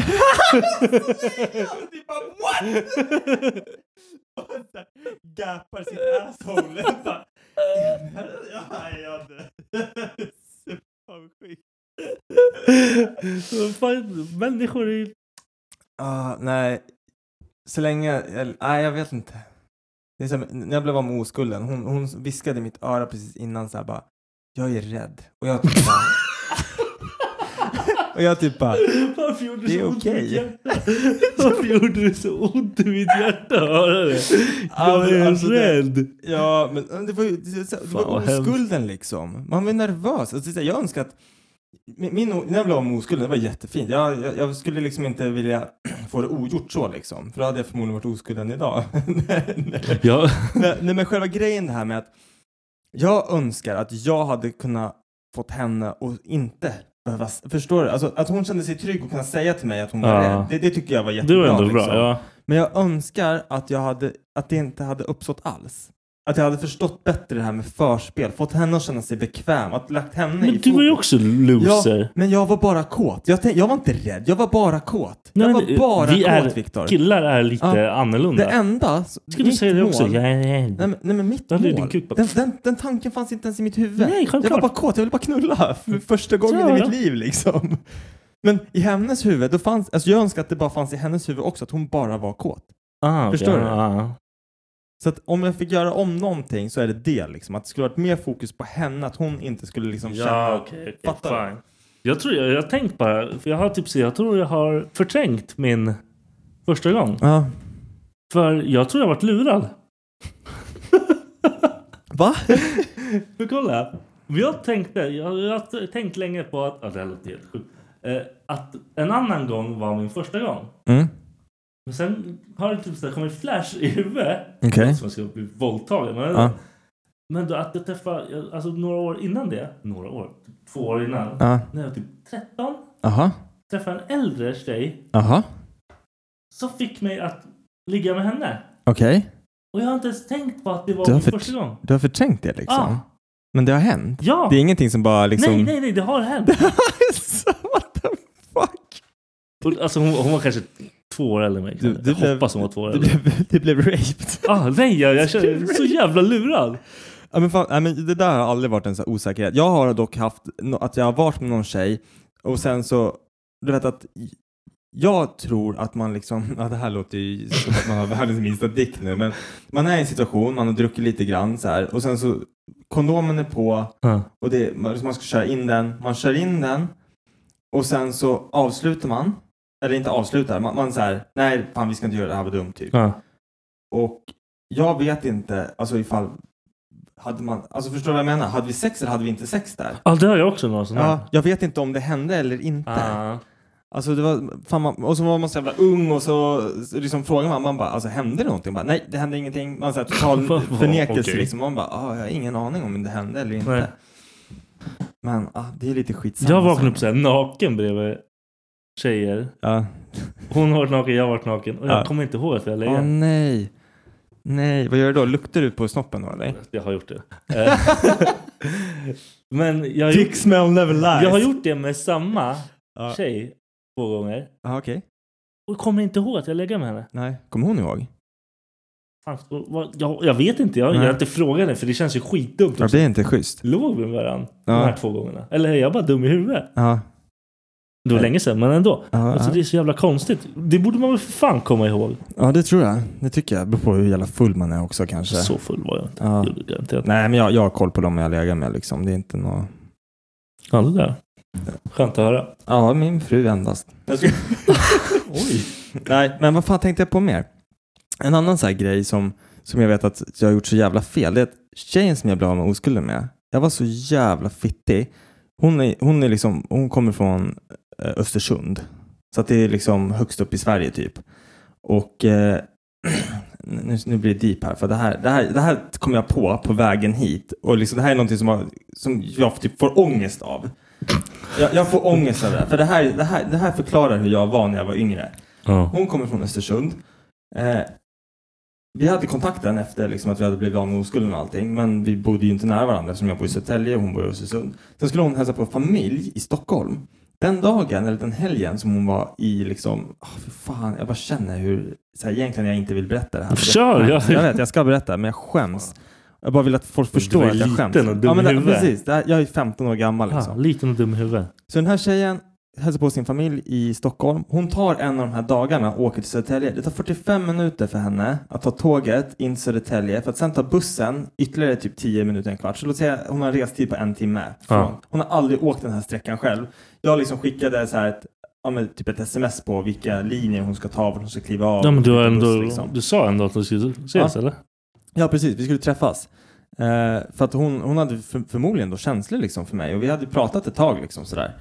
Gapar sitt asshole. Bara, Ja, ja, det- Avundsjuk. Vad fan, Människor är... Ah, nej. Så länge... eller- Nej, jag vet inte. Det är som, när jag blev av med oskulden, hon, hon viskade i mitt öra precis innan så här bara Jag är rädd. Och jag typ bara... och jag typ bara... Varför gjorde du Det är så ont i mitt okej. hjärta? Varför gjorde du så ont i mitt hjärta? att höra det? Ja, men Jag är alltså det- rädd. Ja, men det var ju det, det, det Fan, vad var hemskt. oskulden liksom. Man var nervös. Alltså, så här, jag önskar att... Min, min, när jag blev av med oskulden, det var jättefint. Jag, jag, jag skulle liksom inte vilja få det ogjort så liksom. För då hade jag förmodligen varit oskulden idag. Ja. nej, nej, men själva grejen det här med att jag önskar att jag hade kunnat fått henne och inte behöva... s- Förstår du? Alltså att hon kände sig trygg och kunde säga till mig att hon var Ja. rädd. Det, det tycker jag var Det jättebra. var ändå liksom. bra. Ja. Men jag önskar att, jag hade, att det inte hade uppstått alls. Att jag hade förstått bättre det här med förspel, fått henne att känna sig bekväm, att lagt henne i Men du var ju fokus. också loser. Ja, men jag var bara kåt. Jag, tänkte, jag var inte rädd, jag var bara kåt. jag var men, eh, bara vi kåt, är, Viktor. Killar är lite Ja. annorlunda. Det enda... Ska du mitt säga det också? mål- Jag är rädd. Nej men, nej men mitt Då hade mål, ju din kuk bara- den, den, den tanken fanns inte ens i mitt huvud. Nej, jag självklart. var bara kåt, jag ville bara knulla för första gången Ja, i ja. mitt liv liksom. Men i hennes huvud, då fanns, alltså jag önskar att det bara fanns i hennes huvud också, att hon bara var kåt. Ah, okej. Förstår du? Ja. Så att om jag fick göra om någonting så är det det liksom. Att det skulle varit mer fokus på henne, att hon inte skulle liksom känna... Ja, okej. okej, Fattar du? fine. Jag tror jag, jag har tänkt bara, för jag har typ så- jag tror jag har förträngt min första gång. Ja. För jag tror jag varit lurad. Va? För kolla. Jag tänkte, jag, jag har tänkt länge på att, ja, det här låter helt sjukt. Eh, att en annan gång var min första gång. Mm. Men sen har det typ så här kommit flash i huvudet. Okej. Som jag ska bli våldtagen. Men, Ja. men då att jag träffade, alltså några år innan det. Några år? typ Två år innan. Ja. När jag var typ 13. Aha. Träffade en äldre tjej. Aha. Som fick mig att ligga med henne. Okej. Och jag har inte ens tänkt på att det var Du har min fört- första gång. Du har förträngt det liksom? Ah. Men det har hänt? Ja! Det är ingenting som bara liksom... Alltså, Nej, nej, nej, det har hänt. What the fuck? Och, Alltså hon, hon var kanske två år äldre än mig. Du- du jag blev- hoppas hon var två år Du äldre. blev, du blev raped. Ah, nej, jag, jag känner mig så jävla lurad. Ja, men fan, nej, men det där har aldrig varit en så här osäkerhet. Jag har dock haft nå- att jag har varit med någon tjej och sen så, du vet att jag tror att man liksom, ja, det här låter ju som att man har världens minsta dick nu, men man är i en situation, man har druckit lite grann så här och sen så kondomen är på Ja. och det, man man ska köra in den, man kör in den och sen så avslutar man, eller inte avslutar, man, man så här, nej fan vi ska inte göra det här var dumt typ. Ja. Och jag vet inte, alltså ifall... Hade man, alltså förstår du vad jag menar? Hade vi sex eller hade vi inte sex där? Ah, det har jag också någon sån här. Ja, jag vet inte om det hände eller inte. Ah. Alltså det var, fan man, och så var man så jävla ung och så, så liksom frågade man, man bara, alltså hände det någonting? Bara, Nej, det hände ingenting. Man såhär total förnekelse Okej. liksom. Man bara, ah, jag har ingen aning om det hände eller inte. Nej. Men ah, det är lite skitsamma. Jag vaknade upp såhär naken bredvid tjejer. Ja. Hon har varit naken, jag har varit naken. Och jag Ja. kommer inte ihåg att jag Åh legat. Ah, nej. Nej, vad gör du då? Luktar du på snoppen då eller? Jag har gjort det. Eh, Men jag har, gjort, smell never lies. jag har gjort det med samma Ja. tjej två gånger. Ah, okej. Och kommer inte ihåg att jag lägger med henne. Nej. Kommer hon ihåg? Fan, vad- Jag, jag vet inte, jag, jag har Nej. inte frågat det för det känns ju skitdumt. Det blir inte schysst. Låg vi med varandra Ja. de här två gångerna? Eller är jag bara dum i huvudet? Ja. Det var länge sedan, men ändå. Ja, alltså, ja. Det är så jävla konstigt. Det borde man väl för fan komma ihåg. Ja, det tror jag. Det tycker jag. Det beror på hur jävla full man är också kanske. Så full var jag inte. Alltså, Ja. Gjorde garanterat. Nej, men jag, jag har koll på dem jag lägger med liksom. Det är inte något... Ja, det där. Skönt att höra. Ja, min fru endast. Oj. Nej, men vad fan tänkte jag på mer? En annan så här grej som, som jag vet att jag har gjort så jävla fel, det är att tjejen som jag blev av med oskulden med, jag var så jävla fittig. Hon, är, hon, är liksom, hon kommer från eh, Östersund, så att det är liksom högst upp i Sverige typ. Och eh, nu, nu blir det deep här, för det här, det, här, det här kom jag på på vägen hit. Och liksom, det här är någonting som, har, som jag typ får ångest av. Jag, jag får ångest av det här, för det här, det, här, det här förklarar hur jag var när jag var yngre. Ja. Hon kommer från Östersund. Eh, vi hade kontakten efter liksom, att vi hade blivit av med oskulden och allting, men vi bodde ju inte nära varandra som jag bor i Södertälje och hon bor i Östersund. Sen skulle hon hälsa på familj i Stockholm. Den dagen, eller den helgen som hon var i liksom, ah för fan, jag bara känner hur, så här, egentligen jag inte vill berätta det här. Kör, jag, ja. jag vet, jag ska berätta, men jag skäms. Jag bara vill att folk förstår Du är att jag liten skäms. och dum ja, men, i det- huvudet. precis, det här, jag är 15 år gammal liksom. Ah, liten och dum i huvudet. Så den här tjejen hälsar på sin familj i Stockholm. Hon tar en av de här dagarna och åker till Södertälje. Det tar 45 minuter för henne att ta tåget in till Södertälje för att sen ta bussen ytterligare typ 10 minuter, en kvart. Så låt säga att hon har en restid på en timme. från. Ja. Hon har aldrig åkt den här sträckan själv. Jag liksom skickade så här ett, ja, men typ ett sms på vilka linjer hon ska ta, vart hon ska kliva av. Ja, men du, har vilken buss, ändå, liksom. du sa ändå att du skulle ses Ja. eller? Ja, precis. Vi skulle träffas. Eh, för att hon, hon hade för, förmodligen då känslor liksom för mig och vi hade pratat ett tag liksom sådär.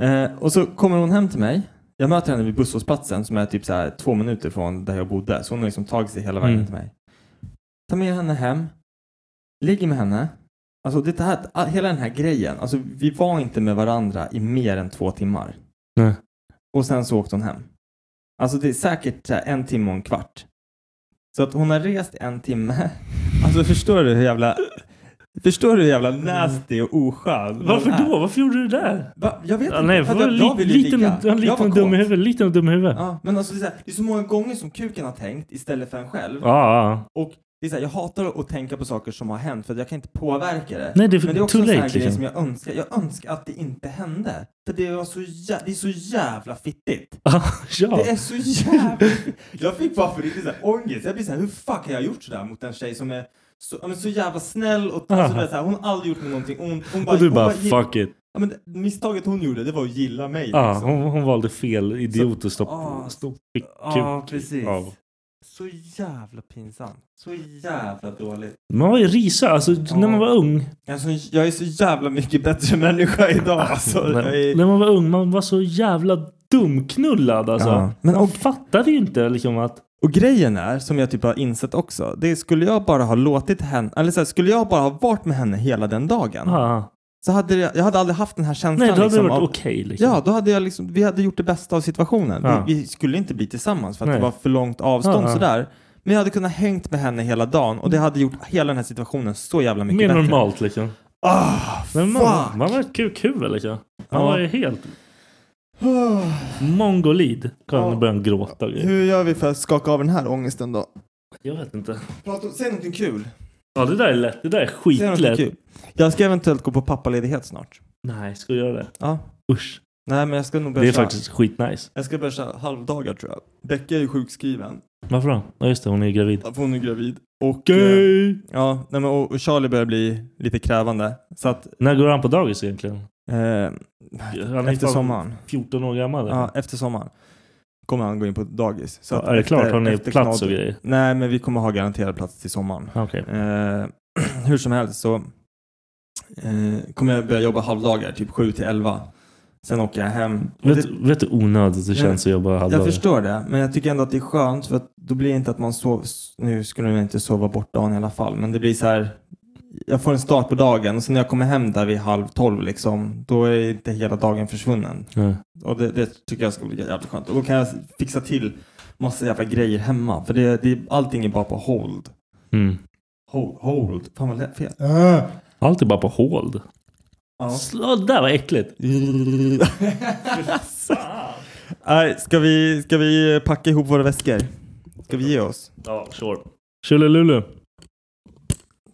Eh, och så kommer hon hem till mig. Jag möter henne vid busshållplatsen som är typ såhär två minuter från där jag bodde. Så hon har liksom tagit sig hela vägen Mm. till mig. Tar med henne hem. Ligger med henne. Alltså det här, all- hela den här grejen. Alltså vi var inte med varandra i mer än två timmar. Nej. Och sen så åkte hon hem. Alltså det är säkert så här, en timme och en kvart. Så att hon har rest en timme. Alltså förstår du hur jävla... Förstår du hur jävla nasty och oskön Varför hon är? då? Varför gjorde du det där? Va? Jag vet Ja, inte. nej, För för att jag, jag, jag ville liten, ligga. han, jag liten var och dum i kåt. huvudet. Liten och dum i huvudet. Ja, Ja, men alltså det är, så här, det är så många gånger som kuken har tänkt istället för en själv. ja. ja. Och det är så här, jag hatar att tänka på saker som har hänt för att jag kan inte påverka det. Nej, det är för- men det är också too en sån här late, grej liksom. som jag önskar. Jag önskar att det inte hände. För det, var så jä- det är så jävla fittigt. ja. Det är så jävla... jag fick bara för riktigt så här ångest. Jag blir så här, hur fuck har jag gjort sådär mot en tjej som är så, ja, men så jävla snäll och alltså, Aha. du vet, så här, hon har aldrig gjort mig någonting ont. Hon Och du hon bara gill- fuck it. ja, men det- Misstaget hon gjorde det var att gilla mig. Ja, liksom. hon, hon valde fel idiot och ah, stopp- stopp- fick Ja, kuk precis. av. Så jävla pinsamt. Så Mm. jävla dåligt. Man var ju risa, alltså när man var ung. Alltså, jag är så jävla mycket bättre människa idag. Alltså, när, jag är... när man var ung, man var så jävla dumknullad alltså. Ja, men man och- fattade ju inte liksom att... Och grejen är, som jag typ har insett också, det är, skulle jag bara ha låtit henne, eller så här, skulle jag bara ha varit med henne hela den dagen, Ah, så hade jag, jag hade aldrig haft den här känslan. nej, då hade liksom, det varit av- okej liksom. Ja, då hade jag liksom, vi hade gjort det bästa av situationen. Ja. Vi, vi skulle inte bli tillsammans för att Nej. Ah, det var för långt avstånd Ja, ja. sådär. Men jag hade kunnat hängt med henne hela dagen och det hade gjort hela den här situationen så jävla mycket Mer bättre. normalt liksom. Ah, Men fuck! man, man var ett kukhuvud liksom. Man Ja. var ju helt Ah! mongolid. Kan Ja. börja gråta och grejer. Hur gör vi för att skaka av den här ångesten då? Jag vet inte. Prata, säg någonting kul. Ja, det där är lätt. Det där är Säg någonting skitlätt. kul. Jag ska eventuellt gå på pappaledighet snart. Nej, ska jag göra det? Ja. Usch. Nej, men jag ska nog börja Det är köra- faktiskt skitnice. Jag ska börja köra halvdagar tror jag. Becka är ju sjukskriven. Varför då? Ja, just det. Hon är ju gravid. för Hon är gravid. Och, eh, Gay! ja, nej, men, och, och Charlie börjar bli lite krävande. Så att När går han på dagis egentligen? Eh, Han är efter fan sommaren. 14 år gammal. eller? Ja, efter sommaren kommer han gå in på dagis. Så Ja, att är det efter- klart? Har ni efter plats knadd- och grejer? Nej, men vi kommer ha garanterad plats till sommaren. Ja, Okej. Eh, hur som helst så eh, kommer jag börja jobba halvdagar, typ 7 till 11. Sen åker jag hem. Och Vet, det- du- vet du onödigt det Ja, känns att jobba Mm. jag halvdagar? förstår det, men jag tycker ändå att det är skönt för att då blir det inte att man sover. Nu skulle jag inte sova bort dagen i alla fall, men det blir så här. Jag får en start på dagen och sen när jag kommer hem där vid halv tolv liksom, då är inte hela dagen försvunnen. Nej. Och det, det tycker jag ska bli jävligt skönt. Och då kan jag fixa till massa jävla grejer hemma. För det, det, allting är bara på hold. Mm. Hold? hold. Fan vad lätt fel. Allt är bara på hold. Ja. Slå, där var äckligt. Nej, ska, vi, ska vi packa ihop våra väskor? Ska vi ge oss? Ja, sure. Tjolilulu.